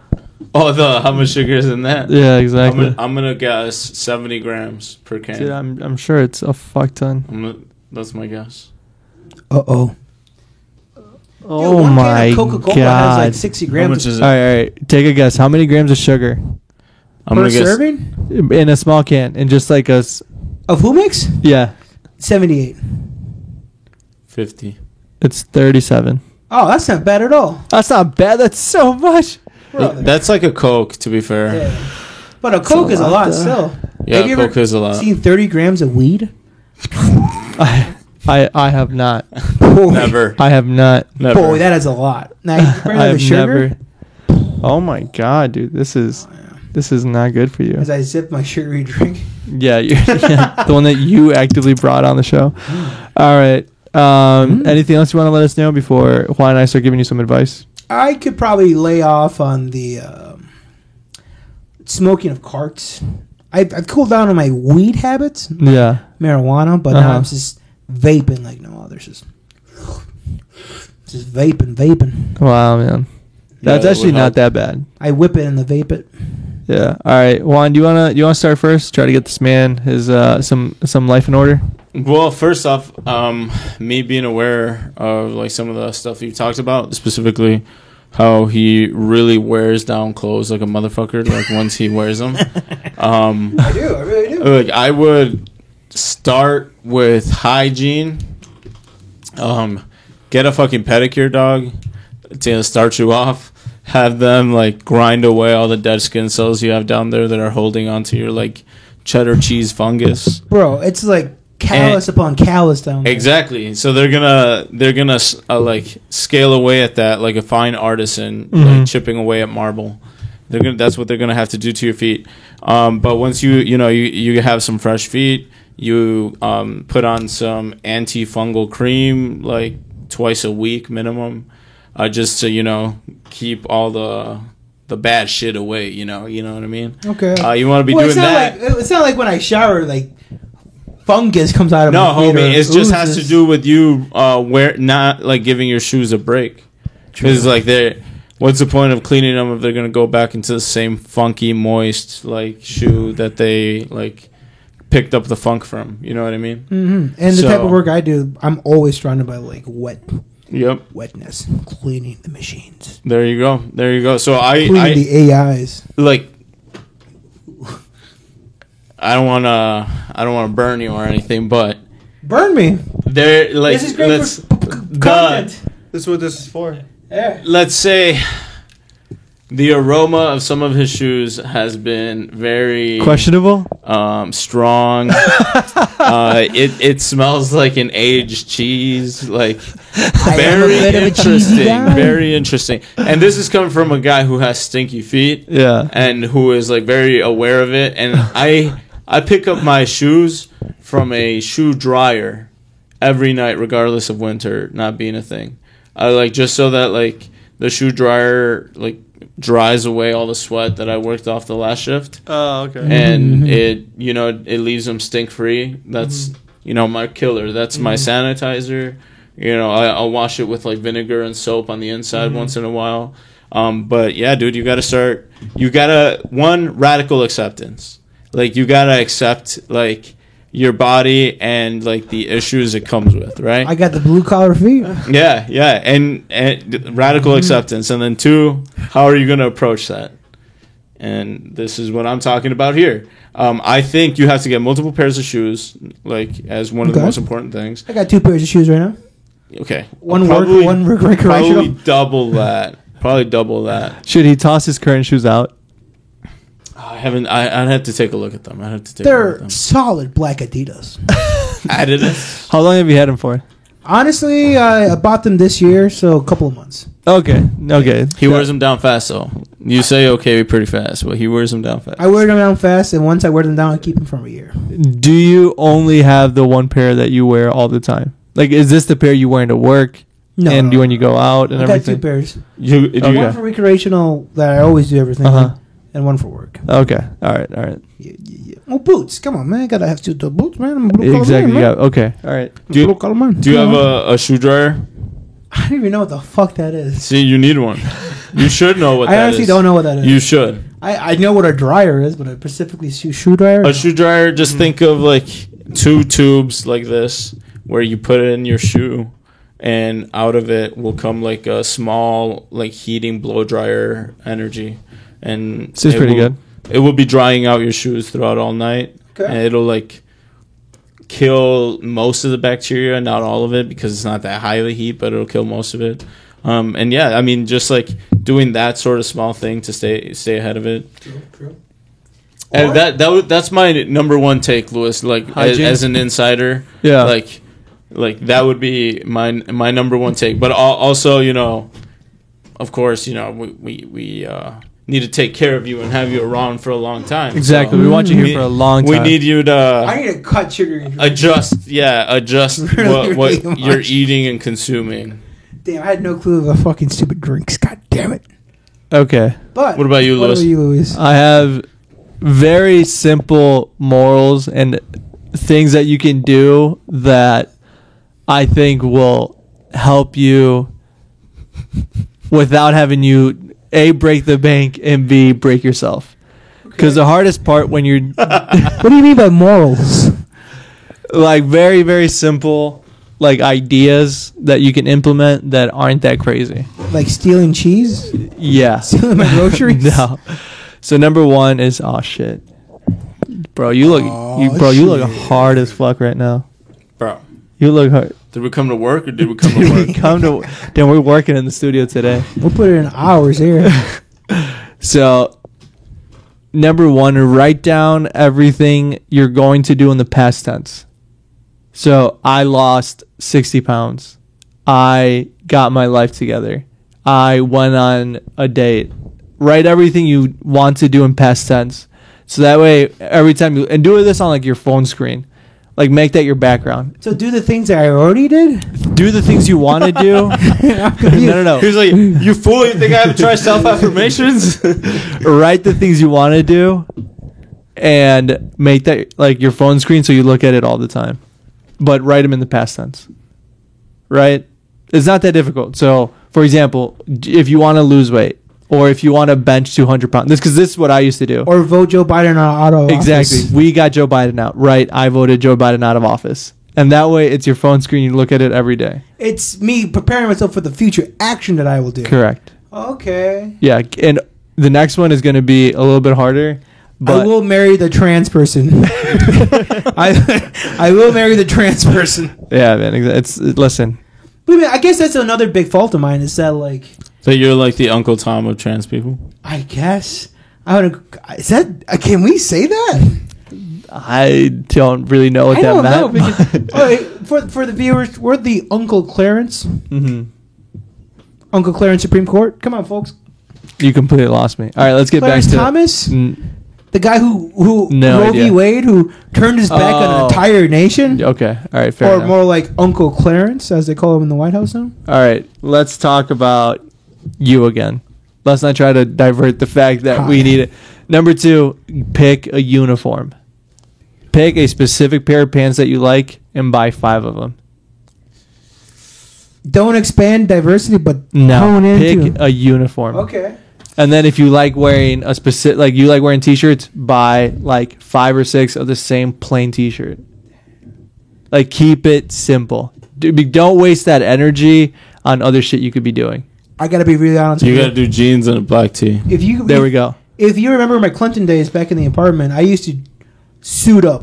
B: Oh, the how much sugar is in that?
C: yeah
B: I'm
C: exactly.
B: gonna, I'm gonna guess 70 grams per can.
C: dude, I'm I'm sure it's a fuck ton.
B: I'm gonna- that's my guess.
D: Uh oh.
C: oh my
D: Coca-Cola has
C: god!
D: like 60
B: How
D: grams
B: much is
C: all
B: it?
C: right, all right. Take a guess. How many grams of sugar
B: I'm
D: per
B: gonna guess.
D: serving
C: in a small can? And just like us,
D: of Humix?
C: yeah,
D: 78.
B: 50.
C: it's thirty-seven.
D: Oh, that's not bad at all.
C: That's not bad. That's so much. [laughs]
D: We're all there.
B: That's like a Coke, to be fair.
D: [laughs]
B: Yeah,
D: Yeah. But a coke is a lot uh,
C: though.
D: still. Have you ever
B: Coke is a lot.
D: Seen thirty grams of weed?
C: I, I, I have not.
B: [laughs]
D: Boy,
B: Never.
C: [laughs] I have not.
B: Never.
D: Boy, that is a lot. Now
C: [laughs]
D: you compare
B: [laughs]
C: I
D: that to
C: have
D: sugar. Oh,
C: never. Oh my god, dude, this is this is not good for you.
D: As I sip my sugary drink,
C: [laughs] Yeah, you [laughs] yeah, the one that you actively brought on the show. All right. Um, Anything else you want to let us know before Juan and I start giving you some advice?
D: I could probably lay off on the um, smoking of carts. I've, I've cooled down on my weed habits,
C: Yeah.
D: marijuana, but now
C: Uh-huh.
D: I'm just vaping like no others. Just, just vaping, vaping.
C: Wow, man. That's
B: that would
C: actually
B: help.
C: not that bad.
D: I whip it and the vape it.
C: Yeah. All right, Juan. Do you wanna do you wanna start first? Try to get this man his uh some some life in order.
B: Well, first off, um, me being aware of like some of the stuff you talked about, specifically how he really wears down clothes like a motherfucker. Like once he wears them, um,
D: I do, I really do.
B: Look, I would start with hygiene. Um, get a fucking pedicure dog to start you off. Have them like grind away all the dead skin cells you have down there that are holding onto your like cheddar cheese fungus.
D: Bro, it's like callus upon callus down there.
B: Exactly. So they're gonna they're gonna uh, like scale away at that like a fine artisan
D: Mm-hmm.
B: like, chipping away at marble. They're gonna that's what they're gonna have to do to your feet. Um, but once you you know you you have some fresh feet, you um, put on some antifungal cream like twice a week minimum, uh, just to you know keep all the the bad shit away. You know you know what I mean.
D: Okay.
B: Uh, you want to be
D: well,
B: doing
D: it's not
B: that.
D: like it's not like when I shower, like fungus comes out of
B: No,
D: my feet
B: homie,
D: or
B: it just has to
D: oozes.
B: do with you uh, wear not like giving your shoes a break. Because like they, what's the point of cleaning them if they're gonna go back into the same funky, moist like shoe that they like picked up the funk from? You know what I mean?
D: Mhm. And the type
B: So-
D: of work I do, I'm always surrounded by like wet
B: Yep.
D: wetness, cleaning the machines,
B: There you go. There you go. So I,
D: cleaning
B: I
D: the AIs.
B: like I don't wanna I don't wanna burn you or anything, but
D: Burn me.
B: there like
D: This is great
B: let's
D: for c-
B: the-
D: content.
F: That's what this is for.
D: Yeah.
B: let's say the aroma of some of his shoes has been very
C: Questionable.
B: um,
D: [laughs]
B: strong. uh, it it smells like an aged cheese. Like
D: I am a
B: very
D: bit of a cheesy
B: interesting,
D: guy.
B: very interesting. And this is coming from a guy who has stinky feet
C: Yeah.
B: and who is like very aware of it. And I I pick up my shoes from a shoe dryer every night, regardless of winter not being a thing. I like just so that like the shoe dryer like dries away all the sweat that I worked off the last shift,
C: Oh, okay.
B: and it you know it leaves them stink free. That's you know my killer. That's my sanitizer. You know I, I'll wash it with like vinegar and soap on the inside once in a while. Um, but yeah, dude, you gotta start. You gotta one radical acceptance. Like you gotta accept like your body and like the issues it comes with, right?
D: I got the blue collar feet.
B: Yeah, yeah, and, and
D: Mm-hmm.
B: radical acceptance, and then two, how are you going to approach that? And this is what I'm talking about here. Um, I think you have to get multiple pairs of shoes, like as one of the
D: Okay.
B: most important things.
D: I got two pairs of shoes right now.
B: Okay,
D: One work- one rec- recreational?
B: probably double that. Probably double that.
C: Should he toss his current shoes out?
B: I haven't. I, I'd have to take a look at them. I'd have to take a look at
D: They're
B: them.
D: solid black Adidas.
B: Adidas.
C: How long have you had him for?
D: Honestly, I I bought them this year, so a couple of months.
C: Okay. Okay.
B: He wears them down fast, though. You say okay pretty fast, but he wears them down fast.
D: I wear them down fast, and once I wear them down, I keep them for a year.
C: Do you only have the one pair that you wear all the time? Like, is this the pair you wearing to work?
D: No,
C: and
D: no,
C: when you go out and
D: I got two
C: everything.
D: pairs.
B: You, you
C: Okay.
D: One for recreational that I always do everything,
C: Uh-huh.
D: and one for work.
C: Okay. All right. All right.
D: Yeah, yeah, yeah. Well, boots. Come on, man. I gotta have two the boots, man. I'm a blue collar
C: Exactly.
D: man,
C: Yeah.
D: man.
C: Okay. All right.
D: I'm a
B: Do you-
D: blue collar man.
B: Do you have
D: Come on.
B: a, a shoe dryer?
D: [laughs] I don't even know what the fuck that is.
B: See, you need one. You should know [laughs] what
D: I
B: that
D: honestly
B: is.
D: don't know what that is.
B: You should.
D: I, I know what a dryer is, but a specifically shoe, shoe dryer.
B: A shoe dryer, just think of like two tubes like this where you put it in your shoe and out of it will come like a small like heating blow dryer energy and
C: This is
B: it
C: pretty
B: will-
C: good.
B: It will be drying out your shoes throughout all night.
D: Okay.
B: And it'll like kill most of the bacteria, not all of it because it's not that high of a heat, but it'll kill most of it. Um, and yeah, I mean, just like doing that sort of small thing to stay stay ahead of it.
D: True, true.
B: And that that would- that's my number one take, Lewis. Like as,
C: Hygiene?
B: as an insider,
C: Yeah.
B: Like, like that would be my my number one take. But al- also, you know, of course, you know, we we, we uh, need to take care of you and have you around for a long time.
C: Exactly. We want you here for a long
B: We
C: time.
B: need you
D: I
B: to
D: need to cut sugar and drink.
B: adjust. Yeah,
D: [laughs]
B: adjust
D: Really,
B: what
D: really
B: what you're
D: much.
B: eating and consuming.
D: Damn, I had no clue of the fucking stupid drinks. God damn it.
C: Okay.
D: But
B: What about you, Uh,
D: What
B: Louis?
D: about you, Louis?
C: I have very simple morals and things that you can do that I think will help you without having you a break the bank and b break yourself. Because the hardest part when you're
D: what do you mean by morals?
C: like very very simple like ideas that you can implement that aren't that crazy.
D: Like
B: [laughs]
D: stealing cheese?
C: Yeah.
D: Stealing my groceries?
C: [laughs] no. So number one is oh shit, bro. You look, you
D: Aw,
C: bro. You look
D: shit.
C: hard as fuck right now.
B: Bro,
C: You look hard.
B: did we come to work or did we
D: [laughs]
B: come to work?
C: Come to, damn, we're working in the studio today.
D: We'll put it in
B: [laughs]
D: hours here.
C: So number one, write down everything you're going to do in the past tense. So I lost sixty pounds. I got my life together. I went on a date. Write everything you want to do in past tense. So that way, every time you and do this on like your phone screen, like make that your background.
D: so do the things that I already did?
C: Do the things you want to do. [laughs]
D: I'm confused.
C: no, no, no.
B: He's like, you fool! You think I haven't tried self
D: [laughs]
B: affirmations?
C: write the things you want to do and make that like your phone screen so you look at it all the time but write them in the past tense right it's not that difficult so for example d- if you want to lose weight or if you want to bench 200 pounds this because this is what i used to do
D: Or vote Joe Biden on auto.
C: exactly
D: office.
C: we got joe biden out right i voted joe biden out of office and that way it's your phone screen you look at it every day
D: It's me preparing myself for the future action that I will do.
C: correct
D: Okay.
C: yeah and the next one is going to be a little bit harder but
D: I will marry the trans person. [laughs] I I will marry the trans person.
C: yeah man exa- it's listen
D: Wait a minute, I guess that's another big fault of mine is that like
B: So you're like the Uncle Tom of trans people.
D: I guess I would is that uh, can we say that?
C: I don't really know what
D: I
C: that
D: don't know
C: meant. [laughs]
D: because oh, wait, for for the viewers, we're the Uncle Clarence,
C: Mhm.
D: Uncle Clarence Supreme Court. Come on, folks.
C: You completely lost me. All right, let's get
D: Clarence
C: back to
D: Thomas,
C: Mm,
D: the guy who who
C: No
D: Roe
C: idea.
D: v. Wade, who turned his back on an
C: Oh.
D: entire nation,
C: okay, all right, fair
D: or
C: enough.
D: more like Uncle Clarence, as they call him in the White House now.
C: all right, let's talk about you again. Let's not try to divert the fact that we
D: Hi.
C: need it. Number two, pick a uniform. Pick a specific pair of pants that you like and buy five of them.
D: Don't expand diversity, but
C: No, uh,
D: hone
C: pick
D: into.
C: a uniform.
D: okay.
C: And then if you like wearing a specific, like you like wearing t-shirts, buy like five or six of the same plain t-shirt. Like keep it simple. Do, be- don't waste that energy on other shit you could be doing.
D: I gotta be really honest.
B: You
D: with
B: got to do jeans and a black tee.
D: If you
C: There
D: if,
C: we go.
D: If you remember my Clinton days back in the apartment, I used to suit up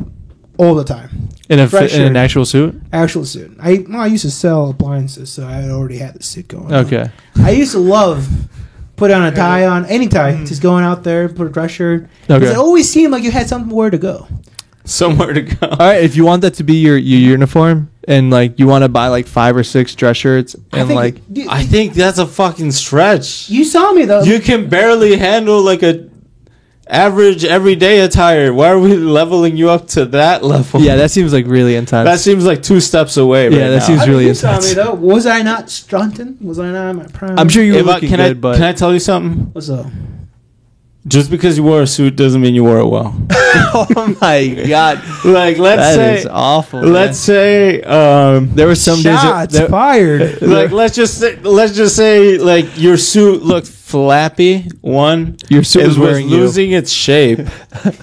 D: all the time.
C: In a
D: Fresh
C: fi- in an
D: shirt.
C: actual suit.
D: actual suit. I well, I used to sell appliances, so I already had the suit going.
B: Uh-huh.
D: on.
C: Okay.
D: I used to love put on a tie on any tie, just going out there, put a dress shirt.
C: Okay.
D: Because it always seemed like you had somewhere to go.
B: Somewhere to go.
C: All right. If you want that to be your your uniform, and like you want to buy like five or six dress shirts,
D: I
C: and
D: think-
C: like
D: you,
B: I think that's a fucking stretch.
D: you saw me though.
B: You can barely handle like a average everyday attire. Why are we leveling you up to that level?
C: yeah, that seems like really
B: that
C: intense.
B: seems like two steps away.
C: Yeah,
B: right
C: that
B: now.
C: seems
D: I think
C: really
D: you saw me
C: intense.
D: though. Was I not stunting? Was I not in my prime?
C: I'm sure you were
B: If I-
C: looking
B: can
C: good,
B: I
C: but [laughs]
B: can I tell you something?
D: What's up?
B: Just because you wore a suit doesn't mean you wore it
C: [laughs]
B: well.
C: oh my god,
B: like [laughs] let's
C: that is
B: say,
C: awful. man.
B: let's say, um,
C: There were some days.
D: Shots
C: there-
D: fired.
B: like let's just say, let's just say like your suit looked flappy. One,
C: Your suit
B: it
C: was
B: was
C: wearing you.
B: losing its
C: [laughs]
B: shape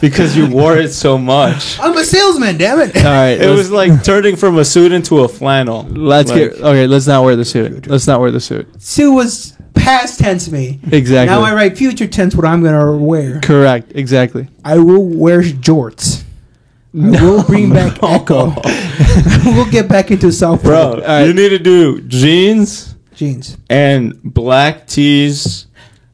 B: because you wore it so much.
D: I'm a salesman, damn it.
C: All right,
B: It
C: let's,
B: was like turning from a suit into a flannel.
C: let's
B: like,
C: get okay. Let's not wear the suit. Let's not wear the suit.
D: [laughs] Sue was past tense me.
C: Exactly.
D: Now I write future tense what I'm gonna wear.
C: Correct. Exactly.
D: I will wear jorts. I will
B: [laughs]
D: bring back Echo. we'll get back into South
B: bro.
D: Florida.
C: right.
B: You need to do jeans
D: jeans.
B: and black tees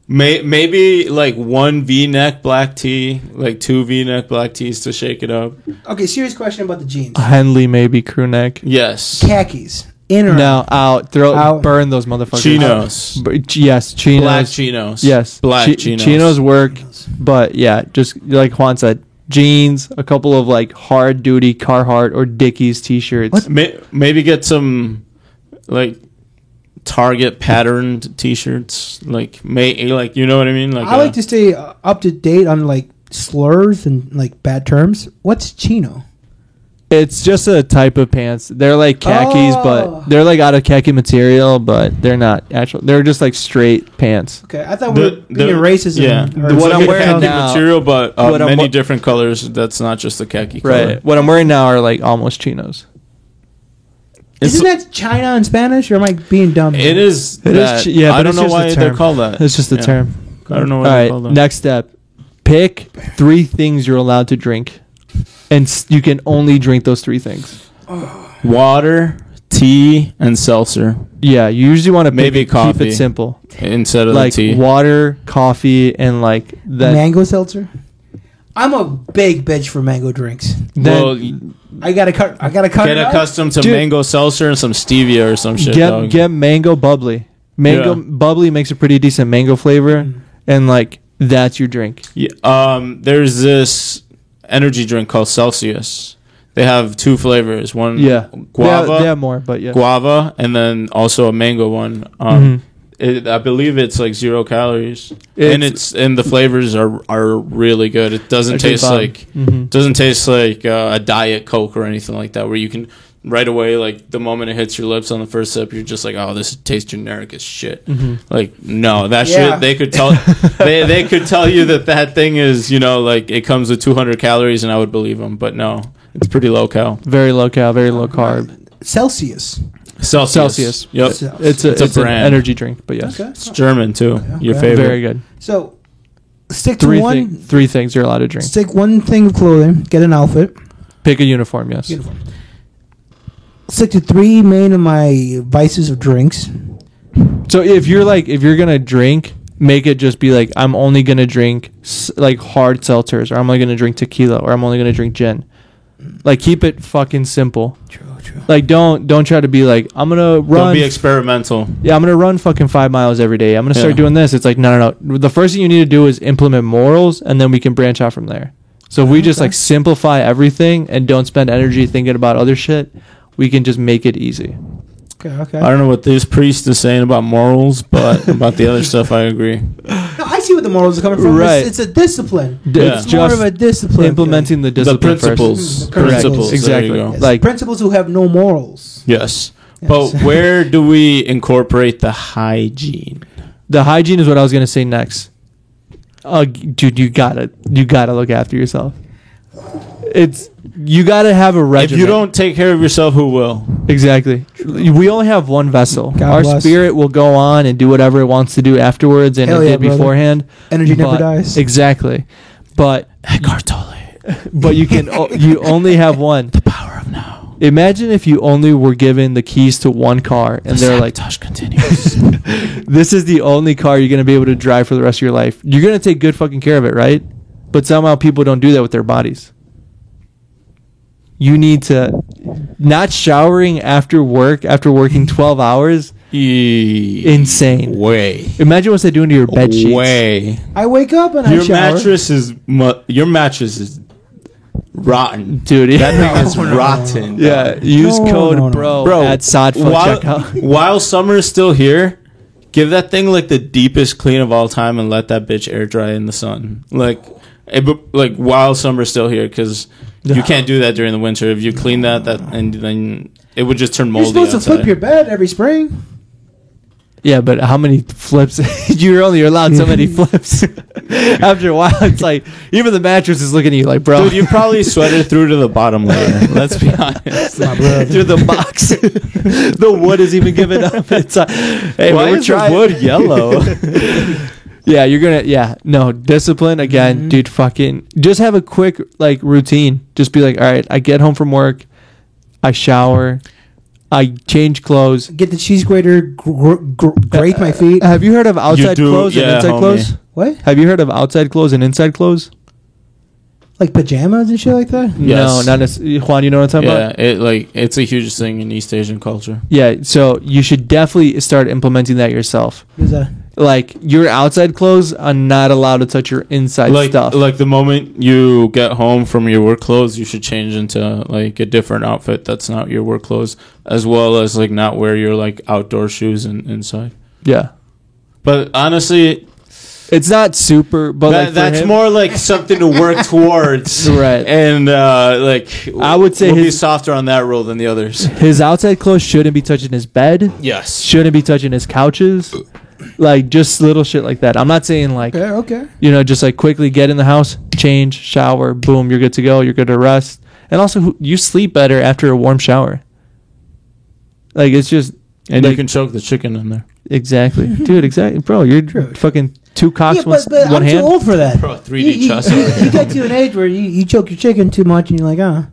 B: May, maybe like one V-neck black tee, like two V-neck black tees to shake it up.
D: Okay, serious question about the jeans.
C: Henley maybe crew neck.
B: Yes,
D: Khakis. In or
C: No, out. Throw
D: Out.
C: burn those motherfuckers.
B: chinos,
C: B- yes, chinos.
B: black chinos.
C: Yes,
B: black
C: Chi-
B: chinos.
C: Chinos work, but yeah, just like Juan said, jeans, a couple of like hard duty Carhartt or Dickies t-shirts.
B: May, maybe get some like Target patterned T-shirts. Like may like you know what I mean. Like
D: I
B: uh,
D: like to stay uh, up to date on like slurs and like bad terms. What's chino?
C: It's just a type of pants. They're like khakis,
D: Oh.
C: but they're like out of khaki material, but they're not actual. They're just like straight pants.
D: Okay, I thought we were
B: the,
D: being
B: the-
D: racism.
B: Yeah,
D: or
B: the
C: what
B: what
C: I'm
B: I'm
C: wearing
B: khaki
C: now-
B: material, but uh,
C: what I'm
B: many
C: wa-
B: different colors. That's not just the khaki
C: Right.
B: color.
C: What I'm wearing now are like almost chinos.
B: It's-
D: Isn't that China in Spanish, or am I being dumb?
B: It is.
C: It is
B: that.
C: chi- yeah,
B: I
C: but
B: don't
C: it's
B: know
C: just a
B: why they're
C: term.
B: called that.
C: It's just the
B: Yeah.
C: term.
B: I don't know
C: All
B: why they're
C: right.
B: called that.
C: Next step: pick three things you're allowed to drink, and s- you can only drink those three things.
B: Water, tea, and seltzer
C: Yeah, you usually want to
B: Maybe
C: keep
B: coffee.
C: it simple,
B: instead of
C: like
B: the tea.
C: water, coffee, and like that.
D: mango seltzer. I'm a big bitch for mango drinks.
C: then
B: well, y-
D: I gotta cut. I gotta cut.
B: get
D: it out.
B: accustomed to
C: Dude.
B: mango seltzer and some stevia or some shit.
C: get
B: dog.
C: get mango bubbly. Mango
B: Yeah.
C: bubbly makes a pretty decent mango flavor,
D: Mm.
C: and like that's your drink.
B: Yeah, um, there's this energy drink called Celsius. They have two flavors. One
C: Yeah, They have-
B: guava,
C: They have, more, but yeah,
B: [laughs] guava, and then also a mango one. Um, it, I believe it's like zero calories, and
C: Mm-hmm. It's-
B: it's and the flavors are are really good. It doesn't
C: Actually
B: taste
C: bomb.
B: like
C: Mm-hmm.
B: doesn't taste like uh, a diet coke or anything like that, where you can right away like the moment it hits your lips on the first sip, you're just like, oh, this tastes generic as shit.
C: Mm-hmm.
B: Like no, that
D: Yeah.
B: shit they could
C: [laughs]
B: tell they they could tell you that that thing is you know like it comes with 200 calories, and I would believe them, but no. It's pretty low cal.
C: very low cal, very low carb.
D: Celsius.
B: Celsius.
C: Celsius.
B: Yep.
D: Celsius.
C: It's a
B: It's
C: it's,
B: a
C: an
B: brand.
C: energy drink, but yes,
D: Okay.
B: It's German too. Your
D: okay.
B: favorite.
C: very good.
D: So stick to
C: Three
D: one.
C: thing, three things you're allowed to drink.
D: Stick one thing of clothing. Get an outfit.
C: Pick a uniform. Yes,
D: Uniform. Stick to three main of my vices of drinks.
C: So if you're like, if you're gonna drink, make it just be like, I'm only gonna drink s- like hard seltzers, or I'm only gonna drink tequila, or I'm only gonna drink gin. Like keep it fucking simple.
D: True. True.
C: Like don't don't try to be like, I'm gonna
B: Don't
C: run.
B: be experimental.
C: yeah, I'm gonna run fucking five miles every day. I'm gonna start
B: Yeah.
C: doing this. It's like no, no, no. The first thing you need to do is implement morals, and then we can branch out from there. So if we just
D: Okay.
C: like simplify everything and don't spend energy thinking about other shit, we can just make it easy.
D: Okay. Okay.
B: I don't know what this priest is saying about morals, but [laughs] about the other stuff, I agree.
D: No, I see what the morals are coming from. It's-
C: Right.
D: It's, a discipline.
C: D-
B: Yeah.
C: It's
D: It's more
C: just
D: of a discipline.
C: implementing the discipline
B: the principles.
D: Mm,
C: First.
D: Correct.
B: Principles. there you
C: Exactly.
B: go.
D: Yes.
C: Like
D: principles who have no morals.
B: Yes.
D: Yes.
B: But where do we incorporate the hygiene?
C: the hygiene is what I was gonna say next. Uh, g- dude, you gotta you gotta look after yourself. It's you gotta have a
B: If
C: regimen.
B: you don't take care of yourself, who will?
C: exactly, we only have one vessel.
D: God
C: Our
D: bless.
C: spirit will go on and do whatever it wants to do afterwards, and
D: Hell
C: it
D: yeah,
C: did
D: brother.
C: beforehand.
D: Energy never
C: But-
D: dies.
C: Exactly, but [laughs]
B: Eckhart Tolle,
C: but you can o- you only have
D: [laughs]
C: one.
B: the power of now.
C: Imagine if you only were given the keys to one car, and they're like, [laughs]
B: continues.
C: this is the only car you're going to be able to drive for the rest of your life. You're going to take good fucking care of it, right? But somehow people don't do that with their bodies. You need to not showering after work, after working 12 hours, insane.
B: Way.
C: Imagine what's that doing to your bed sheets.
B: Way.
D: I wake up and I
B: Your
D: shower.
B: mattress is mu- your mattress is rotten.
C: Dude,
B: That
C: yeah. [laughs]
B: thing is rotten. [laughs]
C: yeah. Use
D: No,
C: code
D: no, no.
C: bro,
B: bro
C: at Sodfa
B: while,
D: [laughs]
C: checkout.
B: while summer is still here give that thing like the deepest clean of all time and let that bitch air dry in the sun like it, bu- like while summer's still here because you can't do that during the winter if you clean that that and then it would just turn
D: You're
B: moldy
D: supposed to
B: outside.
D: flip your bed every spring.
C: [laughs] Yeah, but how many flips? [laughs] You're only allowed so
D: [laughs]
C: many flips. [laughs] After a while, it's like even the mattress is looking at you like, bro.
B: Dude, you
C: [laughs]
B: probably sweated through to the bottom
D: [laughs]
B: layer. Let's [laughs] be honest.
C: through the
B: [laughs]
C: box. the wood is even giving up. It's like, hey,
B: Why
C: we're
B: is
C: trying-
B: the wood [laughs] yellow?
C: [laughs] yeah, you're gonna. Yeah, no discipline again,
B: Mm-hmm.
C: dude. Fucking just have a quick like routine. Just be like, all right, I get home from work, I shower, I change clothes.
D: Get the cheese grater, gr- gr- grate my feet.
C: Uh, Have you heard of outside
B: do-
C: clothes and
B: yeah,
C: inside
B: homie.
C: clothes?
D: What?
C: Have you heard of outside clothes and inside clothes?
D: Like pajamas and shit like that?
B: Yes.
C: No, not necessarily. Juan, you know what I'm talking about?
B: Yeah, it like it's a huge thing in East Asian culture.
C: Yeah, so you should definitely start implementing that yourself.
D: Is that-
C: Like your outside clothes are not allowed to touch your inside
B: like
C: stuff.
B: like the moment you get home from your work clothes, you should change into like a different outfit that's not your work clothes, as well as like not wear your like outdoor shoes and inside.
C: yeah,
B: But honestly,
C: it's not super, but
B: that,
C: like for
B: that's
C: him-
B: more like something to
C: [laughs]
B: work towards,
C: Right.
B: And uh, like
C: I would say
B: we'll be
C: his-
B: softer on that rule than the others.
C: His outside clothes shouldn't be touching his bed.
B: Yes,
C: Shouldn't be touching his couches. Like just little shit like that. I'm not saying like
D: Okay, okay.
C: you know just like quickly get in the house, change, shower, boom, you're good to go. You're good to rest. And also, who- you sleep better after a warm shower. Like it's just
B: and
C: like,
B: you can choke the chicken in there,
C: Exactly,
D: [laughs]
C: dude. Exactly, bro. You're
D: True.
C: fucking two cocks,
D: Yeah,
C: one,
D: but, but
C: one
D: I'm
C: hand.
D: too
C: [laughs]
D: old for that.
B: bro.
D: you,
B: 3D
D: you,
B: chest,
D: you- you get to an age where you, you choke your chicken too much and you're like, ah.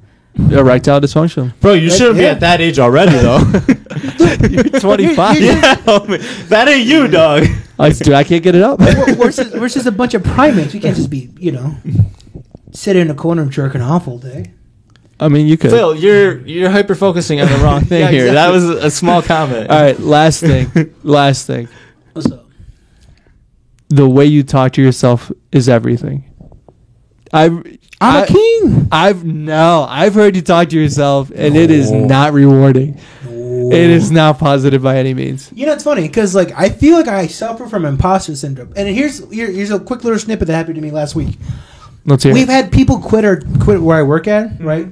C: Erectile
D: [laughs]
C: dysfunction.
B: bro. You shouldn't be
D: Yeah.
B: at that age already, though.
C: [laughs] You're 25.
B: [laughs] yeah, homie. that ain't you, dog.
C: [laughs] I, dude, I can't get it up. [laughs]
D: We're, we're, just, we're just a bunch of primates. We can't just be, you know, sitting in a corner jerking off all day.
C: I mean, you could.
B: Phil, you're you're hyper focusing on the
C: [laughs]
B: wrong thing
C: Yeah,
B: here. That was
C: exactly.
B: a small comment.
C: All right, last
D: [laughs]
C: thing. last thing.
D: What's up?
C: The way you talk to yourself is everything. I've,
D: I'm a
C: I-
D: king.
C: I've no. I've heard you talk to yourself, and it is
B: No.
C: not rewarding. It is not positive by any means.
D: You know, it's funny because like I feel like I suffer from imposter syndrome. And here's here, here's a quick little snippet that happened to me last week.
C: Let's hear.
D: We've
C: it.
D: had people quit or quit where I work at, right?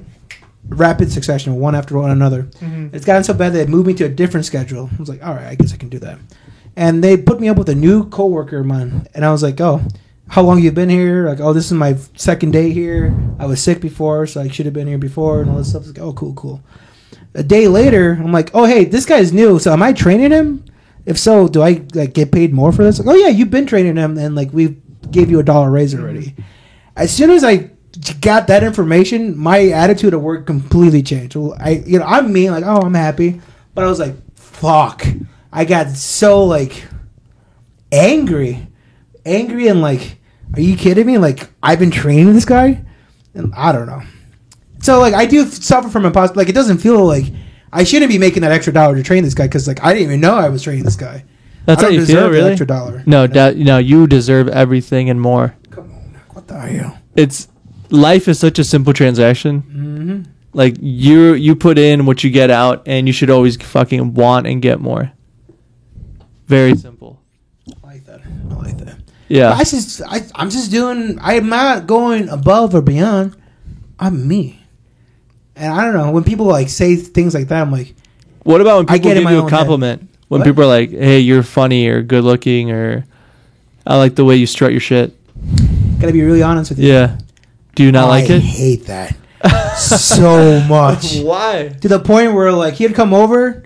D: Rapid succession, one after one another. It's gotten so bad that they moved me to a different schedule. I was like, all right, I guess I can do that. And they put me up with a new coworker of mine, and I was like, oh, how long you been here? Like, oh, this is my second day here. I was sick before, so I should have been here before, and all this stuff. It's like, oh, cool, cool. A day later, I'm like, oh, hey, this guy's new, so am I training him? If so, do I like get paid more for this? Like, oh yeah, you've been training him, and like we gave you a dollar raise already as soon as I got that information, my attitude at work completely changed. Well, I, you know, I'm mean, like, oh, I'm happy, but I was like, fuck. I got so like angry, angry, and like, are you kidding me? Like, I've been training this guy, and I don't know. So like, I do suffer from imposter. Like, it doesn't feel like I shouldn't be making that extra dollar to train this guy because like I didn't even know I was training this guy.
C: That's
D: I
C: how
D: don't
C: you
D: deserve
C: feel,
D: the
C: really.
D: Extra dollar.
C: No, doubt. no, you deserve everything and more.
D: Come on, what the hell?
C: it's life is such a simple transaction.
D: Mm-hmm.
C: Like you you put in what you get out, and you should always fucking want and get more. Very simple.
D: I like that. I like that.
C: Yeah.
D: I just, I, I'm just doing. I'm not going above or beyond. I'm me, and I don't know when people like say things like that. I'm like,
C: What about when
D: I
C: people
D: get
C: give
D: in my
C: you
D: own
C: a
D: head.
C: compliment? When
D: What?
C: people are like, "Hey, you're funny," or "Good looking," or "I like the way you strut your shit."
D: gotta be really honest with you.
C: Yeah. Do you not like
D: I
C: it? [laughs]
D: hate that so much
C: Why?
D: to the point where like he'd come over.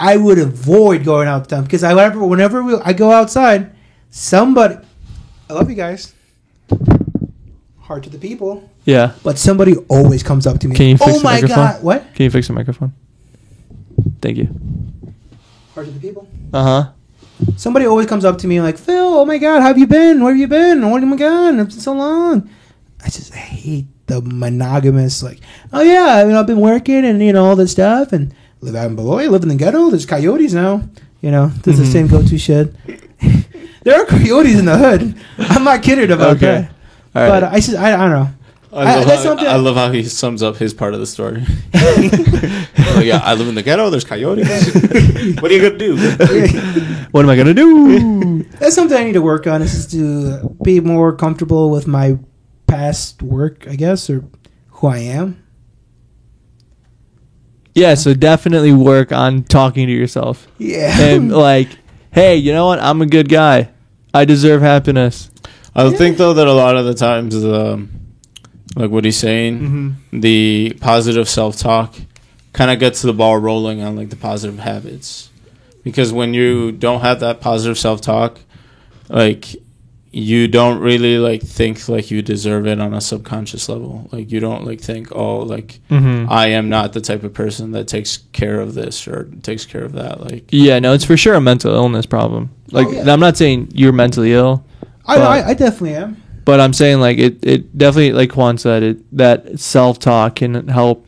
D: I would avoid going out with them because I whenever whenever we, I go outside, somebody. I love you guys. Heart to the people,
C: Yeah.
D: but somebody always comes up to me.
C: Can you fix
D: oh
C: the
D: my
C: microphone?
D: god! What?
C: Can you fix the microphone? Thank you.
D: Heart to the people.
C: Uh huh.
D: somebody always comes up to me like, Phil, oh my god, how have you been? Where have you been? Oh my god, it's been so long. I just hate the monogamous like, oh yeah, I mean, I've been working and you know all this stuff and live out in Beloit, live in the ghetto. There's coyotes now. You know, this is the
C: Mm-hmm.
D: same go-to shit. [laughs] there are coyotes in the hood. [laughs] I'm not kidding about
C: Okay.
D: that.
C: All right.
D: But
C: [laughs]
D: I just I, I don't know.
B: I
D: I-
B: love,
D: that's
B: how,
D: something-
B: I love how he sums up his part of the story. [laughs] Oh, yeah, I
D: [laughs]
B: live in the ghetto. There's coyotes. [laughs] what are you gonna do?
C: what am I gonna
D: [laughs]
C: do?
D: That's something I need to work on. Is just to be more comfortable with my past work, I guess, or who I am.
C: yeah. So definitely work on talking to yourself.
D: Yeah. [laughs]
C: and like, hey, you know what? I'm a good guy. I deserve happiness.
B: I think though that a lot of the times, um, like what he's saying,
D: Mm-hmm.
B: the positive self talk kind of gets the ball rolling on like the positive habits, because when you don't have that positive self talk, like you don't really like think like you deserve it on a subconscious level. Like you don't like think, oh, like
C: Mm-hmm.
B: I am not the type of person that takes care of this or takes care of that. Like
C: Yeah, no, it's for sure a mental illness problem. Like
D: Oh, yeah.
C: I'm not saying you're mentally ill,
D: I,
C: But-
D: I, I definitely am.
C: but I'm saying like it, it definitely like Quan said it that self talk can help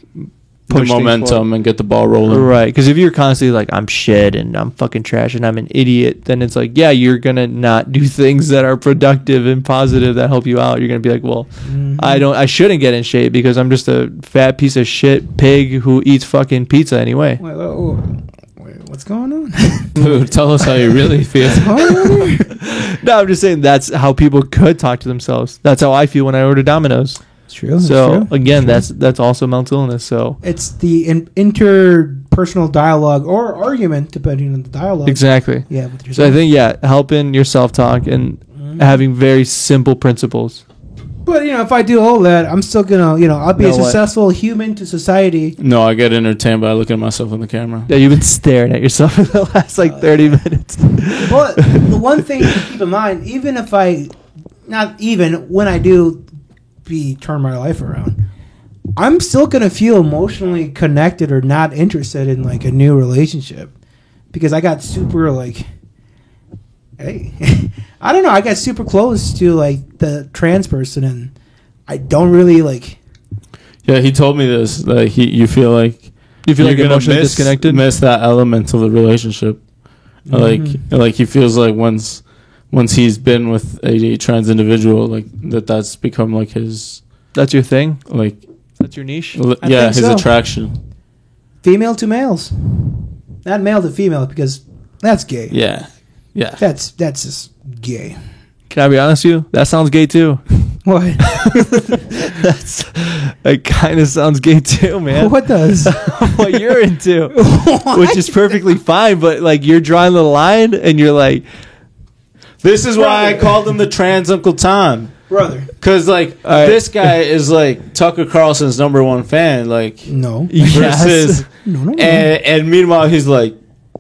B: the
C: things forward.
B: momentum and get the ball rolling.
C: Right, because if you're constantly like I'm shit and I'm fucking trash and I'm an idiot, then it's like yeah, you're gonna not do [laughs] things that are productive and positive that help you out. You're gonna be like, well,
B: Mm-hmm.
C: I don't, I shouldn't get in shape because I'm just a fat piece of shit pig who eats fucking pizza anyway.
D: Wait, wait, wait, wait, what's going on?
B: [laughs] Dude, tell us how you
C: [laughs]
D: [laughs]
B: really feel.
C: No, I'm just saying that's how people could talk to themselves. That's how I feel when I order Domino's.
D: it's true. it's
C: so
D: true.
C: again, that's that's also mental illness. So
D: it's the in, interpersonal dialogue or argument, depending on the dialogue.
C: exactly.
D: Yeah. With
C: So I
D: yourself.
C: think yeah, helping your self talk and
D: Mm.
C: having very simple principles.
D: but you know, if I do all that, I'm still gonna, you know, I'll be
C: Know
D: a
C: what?
D: successful human to society.
B: No, I get entertained by looking at myself in the camera.
C: Yeah, you've been staring at yourself [laughs] for the last like 30 minutes.
D: Uh,
C: [laughs]
D: But the one thing to keep in mind, even if I, not even when I do, be turn my life around, I'm still gonna feel emotionally connected or not interested in like a new relationship, because I got super like, hey, [laughs] I don't know, I got super close to like the trans person, and I don't really like.
B: Yeah, he told me this. Like he, you feel like
C: You feel
B: you're
C: like
B: gonna
C: emotionally
B: miss,
C: disconnected?
B: Miss that element of the relationship.
C: Mm-hmm.
B: Like like he feels like once once he's been with a trans individual, like that that's become like his
C: That's your thing?
B: like
C: That's your niche?
B: l-
D: I
B: yeah
D: think
B: his
D: so.
B: attraction.
D: female to males, not male to female, because that's gay.
B: Yeah, yeah.
D: That's that's just gay.
C: Can I be honest with you? That sounds gay too. [laughs]
D: What?
C: That's That kind of sounds gay too, man.
D: What does?
C: [laughs] what [laughs] you're
D: [laughs]
C: into. Which is perfectly fine, but like you're drawing the line and you're like,
B: This is why I called him the trans Uncle Tom.
D: brother?
B: Cause like
C: All right.
B: this guy is like Tucker Carlson's number one fan. Like
C: Mm-hmm.
D: No.
C: yes.
B: versus
D: No, no, no.
B: and, and meanwhile he's like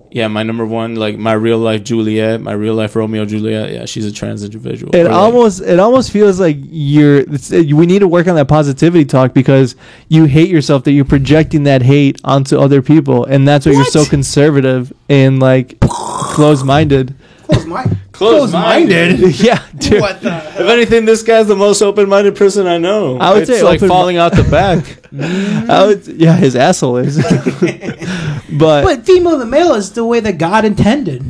B: yeah my number one like my real life juliet my real life romeo juliet yeah she's a trans individual Or,
C: It
B: like,
C: almost it almost feels like you're. It's, uh, we need to work on that positivity talk because you hate yourself that you're projecting that hate onto other people, and that's why you're so
D: What?
C: conservative and like close-minded.
D: Close my
B: close-minded
C: [laughs] yeah, dude.
D: What the hell?
B: if anything this guy's the most open-minded person i know
C: I would
B: it's
C: say
B: like
C: open-
B: falling
C: [laughs]
B: out the back
C: I would, yeah, his asshole
D: [laughs]
C: is. [laughs] but,
D: But female to male is the way that God intended.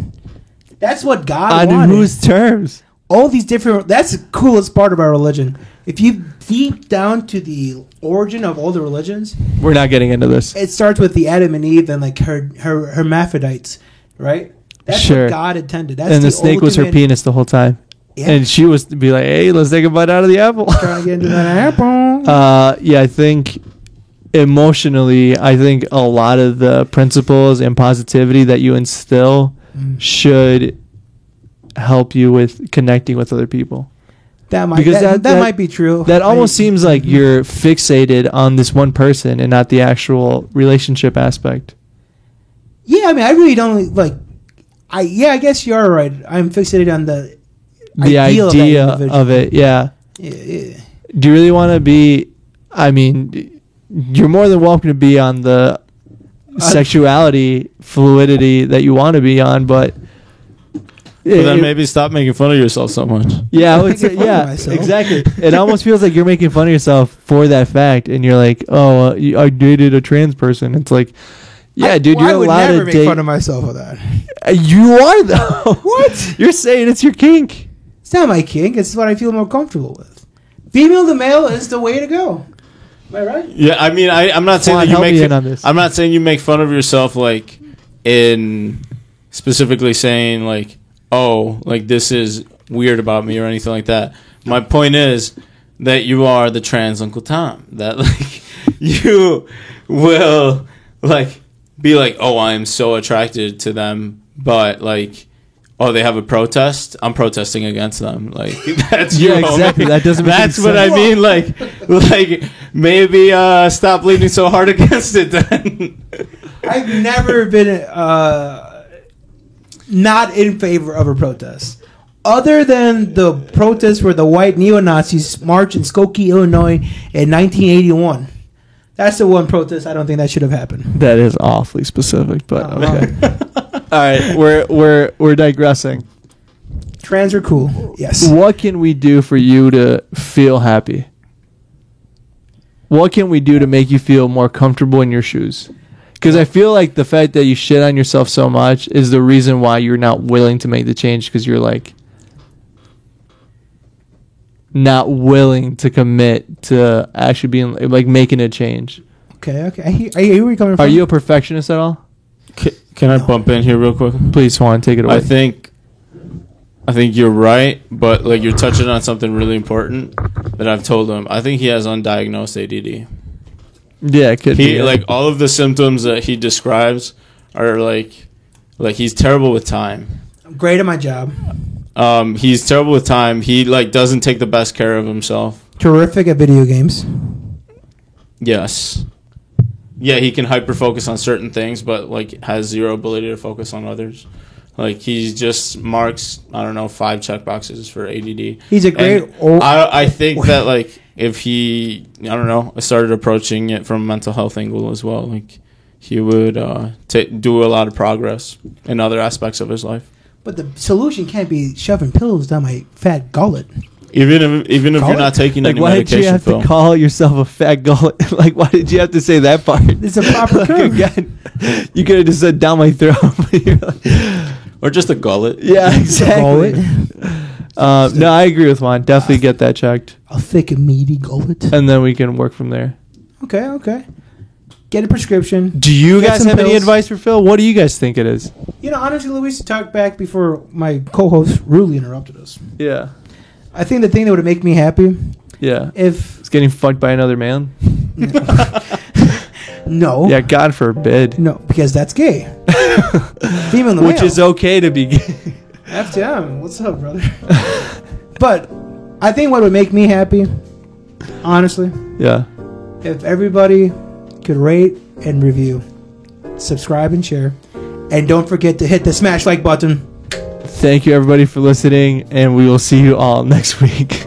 D: That's what God
C: on
D: wanted.
C: whose terms?
D: All these different. That's the coolest part of our religion. If you deep down to the origin of all the religions,
C: We're not getting into this.
D: it starts with the Adam and Eve and like her, her hermaphrodites, right? That's
C: Sure.
D: what God intended. That's
C: And the snake was her
D: ultimate-
C: penis the whole time,
D: Yeah.
C: and she was to be like, "Hey, let's take a bite out of the apple."
D: Trying to get into
C: [laughs]
D: that apple.
C: Uh, yeah, I think emotionally, I think a lot of the principles and positivity that you instill
D: Mm.
C: should help you with connecting with other people.
D: that might
C: because
D: that,
C: that-
D: that,
C: that-
D: might be true.
C: That almost
D: I-
C: seems like you're fixated on this one person and not the actual relationship aspect.
D: Yeah, I mean, I really don't like. I yeah, I guess you're right. I'm fixated on the
C: The
D: Ideal of that
C: idea
D: individual.
C: of it, yeah.
D: yeah, yeah.
C: Do you really want to be? I mean, you're more than welcome to be on the sexuality fluidity that you want to be on, but.
B: but then
C: It-
B: maybe stop making fun of yourself so much
D: [laughs]
C: Yeah, I would
D: making
C: say,
D: fun of
C: yeah,
D: myself.
C: exactly. It almost feels like you're making fun of yourself for that fact, and you're like, "Oh, uh, you- I dated a trans person." It's like, yeah,
D: I-
C: dude,
D: well,
C: you're
D: I would
C: allowed
D: never
C: to
D: make
C: date.
D: fun of myself for that.
C: Uh, you are
D: [laughs]
C: though. what? [laughs] You're saying it's your kink.
D: It's not my kink. It's what I feel more comfortable with. Female to male is the way to go. Am I right?
B: yeah i mean I, i'm not saying
C: Juan,
B: that you
C: help
B: make
C: me in on this.
B: i'm not saying you make fun of yourself like in specifically saying like oh like this is weird about me or anything like that my point is that you are the trans uncle tom that [laughs] like you will like be like oh i am so attracted to them but like oh they have a protest i'm protesting against them like [laughs] that's
C: Yeah,
B: your moment.
C: exactly. That doesn't make
B: that's
C: any
B: what i
C: sense.
B: mean like like maybe uh stop leaning so hard [laughs] against it then
D: I've never been uh, not in favor of a protest. other than the protests where the white neo Nazis marched in Skokie, Illinois in 1981. That's the one protest I don't think that should have happened.
C: That is awfully specific, but
D: Oh,
C: okay. [laughs] All right, we're we're we're digressing.
D: Trans are cool. Yes.
C: What can we do for you to feel happy? What can we do to make you feel more comfortable in your shoes? Because I feel like the fact that you shit on yourself so much is the reason why you're not willing to make the change. Because you're like not willing to commit to actually being like making a change.
D: Okay. Okay. I hear, I hear where you're coming from.
C: Are you a perfectionist at all?
B: Can, can I bump in here real quick?
C: Please, Juan, take it away.
B: I think I think you're right, but like you're touching on something really important that I've told him. I think he has undiagnosed ADD.
C: yeah, it could
B: He
C: be.
B: like all of the symptoms that he describes are like like he's terrible with time.
D: I'm great at my job.
B: Um, he's terrible with time. He like doesn't take the best care of himself.
D: Terrific at video games.
B: Yes. Yeah, he can hyper focus on certain things, but like has zero ability to focus on others. Like he just marks, I don't know, five check boxes for ADD.
D: He's a great.
B: And
D: o-
B: I I think that like if he I don't know started approaching it from a mental health angle as well, like he would uh, ta do a lot of progress in other aspects of his life.
D: but the solution can't be shoving pillows down my fat gullet.
B: Even if even if
D: Call
B: you're
D: it-
B: not taking
C: Like,
B: any
C: why did
B: medication,
C: you have
B: Phil.
C: to call yourself a fat gullet? [laughs] like, why did you have to say that part?
D: It's a
C: [laughs]
D: proper
C: like,
D: term.
C: again, you could have just said down my throat. [laughs] but you're like-
B: or just a gullet.
C: yeah, exactly.
D: Gullet.
C: Um, no, I agree with Juan. Definitely get that checked,
D: A thick and meaty gullet.
C: and then we can work from there.
D: Okay. Okay. Get a prescription.
C: Do you
D: Get
C: guys
D: some
C: have any
D: pills.
C: advice for Phil? What do you guys think it is?
D: You know, honestly, Luis, to talk back before my co-host rudely interrupted us.
C: Yeah,
D: I think the thing that would make me happy
C: yeah.
D: if
C: It's getting fucked by another man.
D: no,
C: Yeah, God forbid.
D: no, because that's gay.
C: [laughs]
D: Female, in the
C: Which
D: male.
C: is okay to be.
D: FTM. What's up, brother? but I think what would make me happy, honestly,
C: [laughs] yeah.
D: if everybody could rate and review, subscribe and share, and don't forget to hit the smash like button.
C: Thank you everybody for listening, and we will see you all next [laughs] week.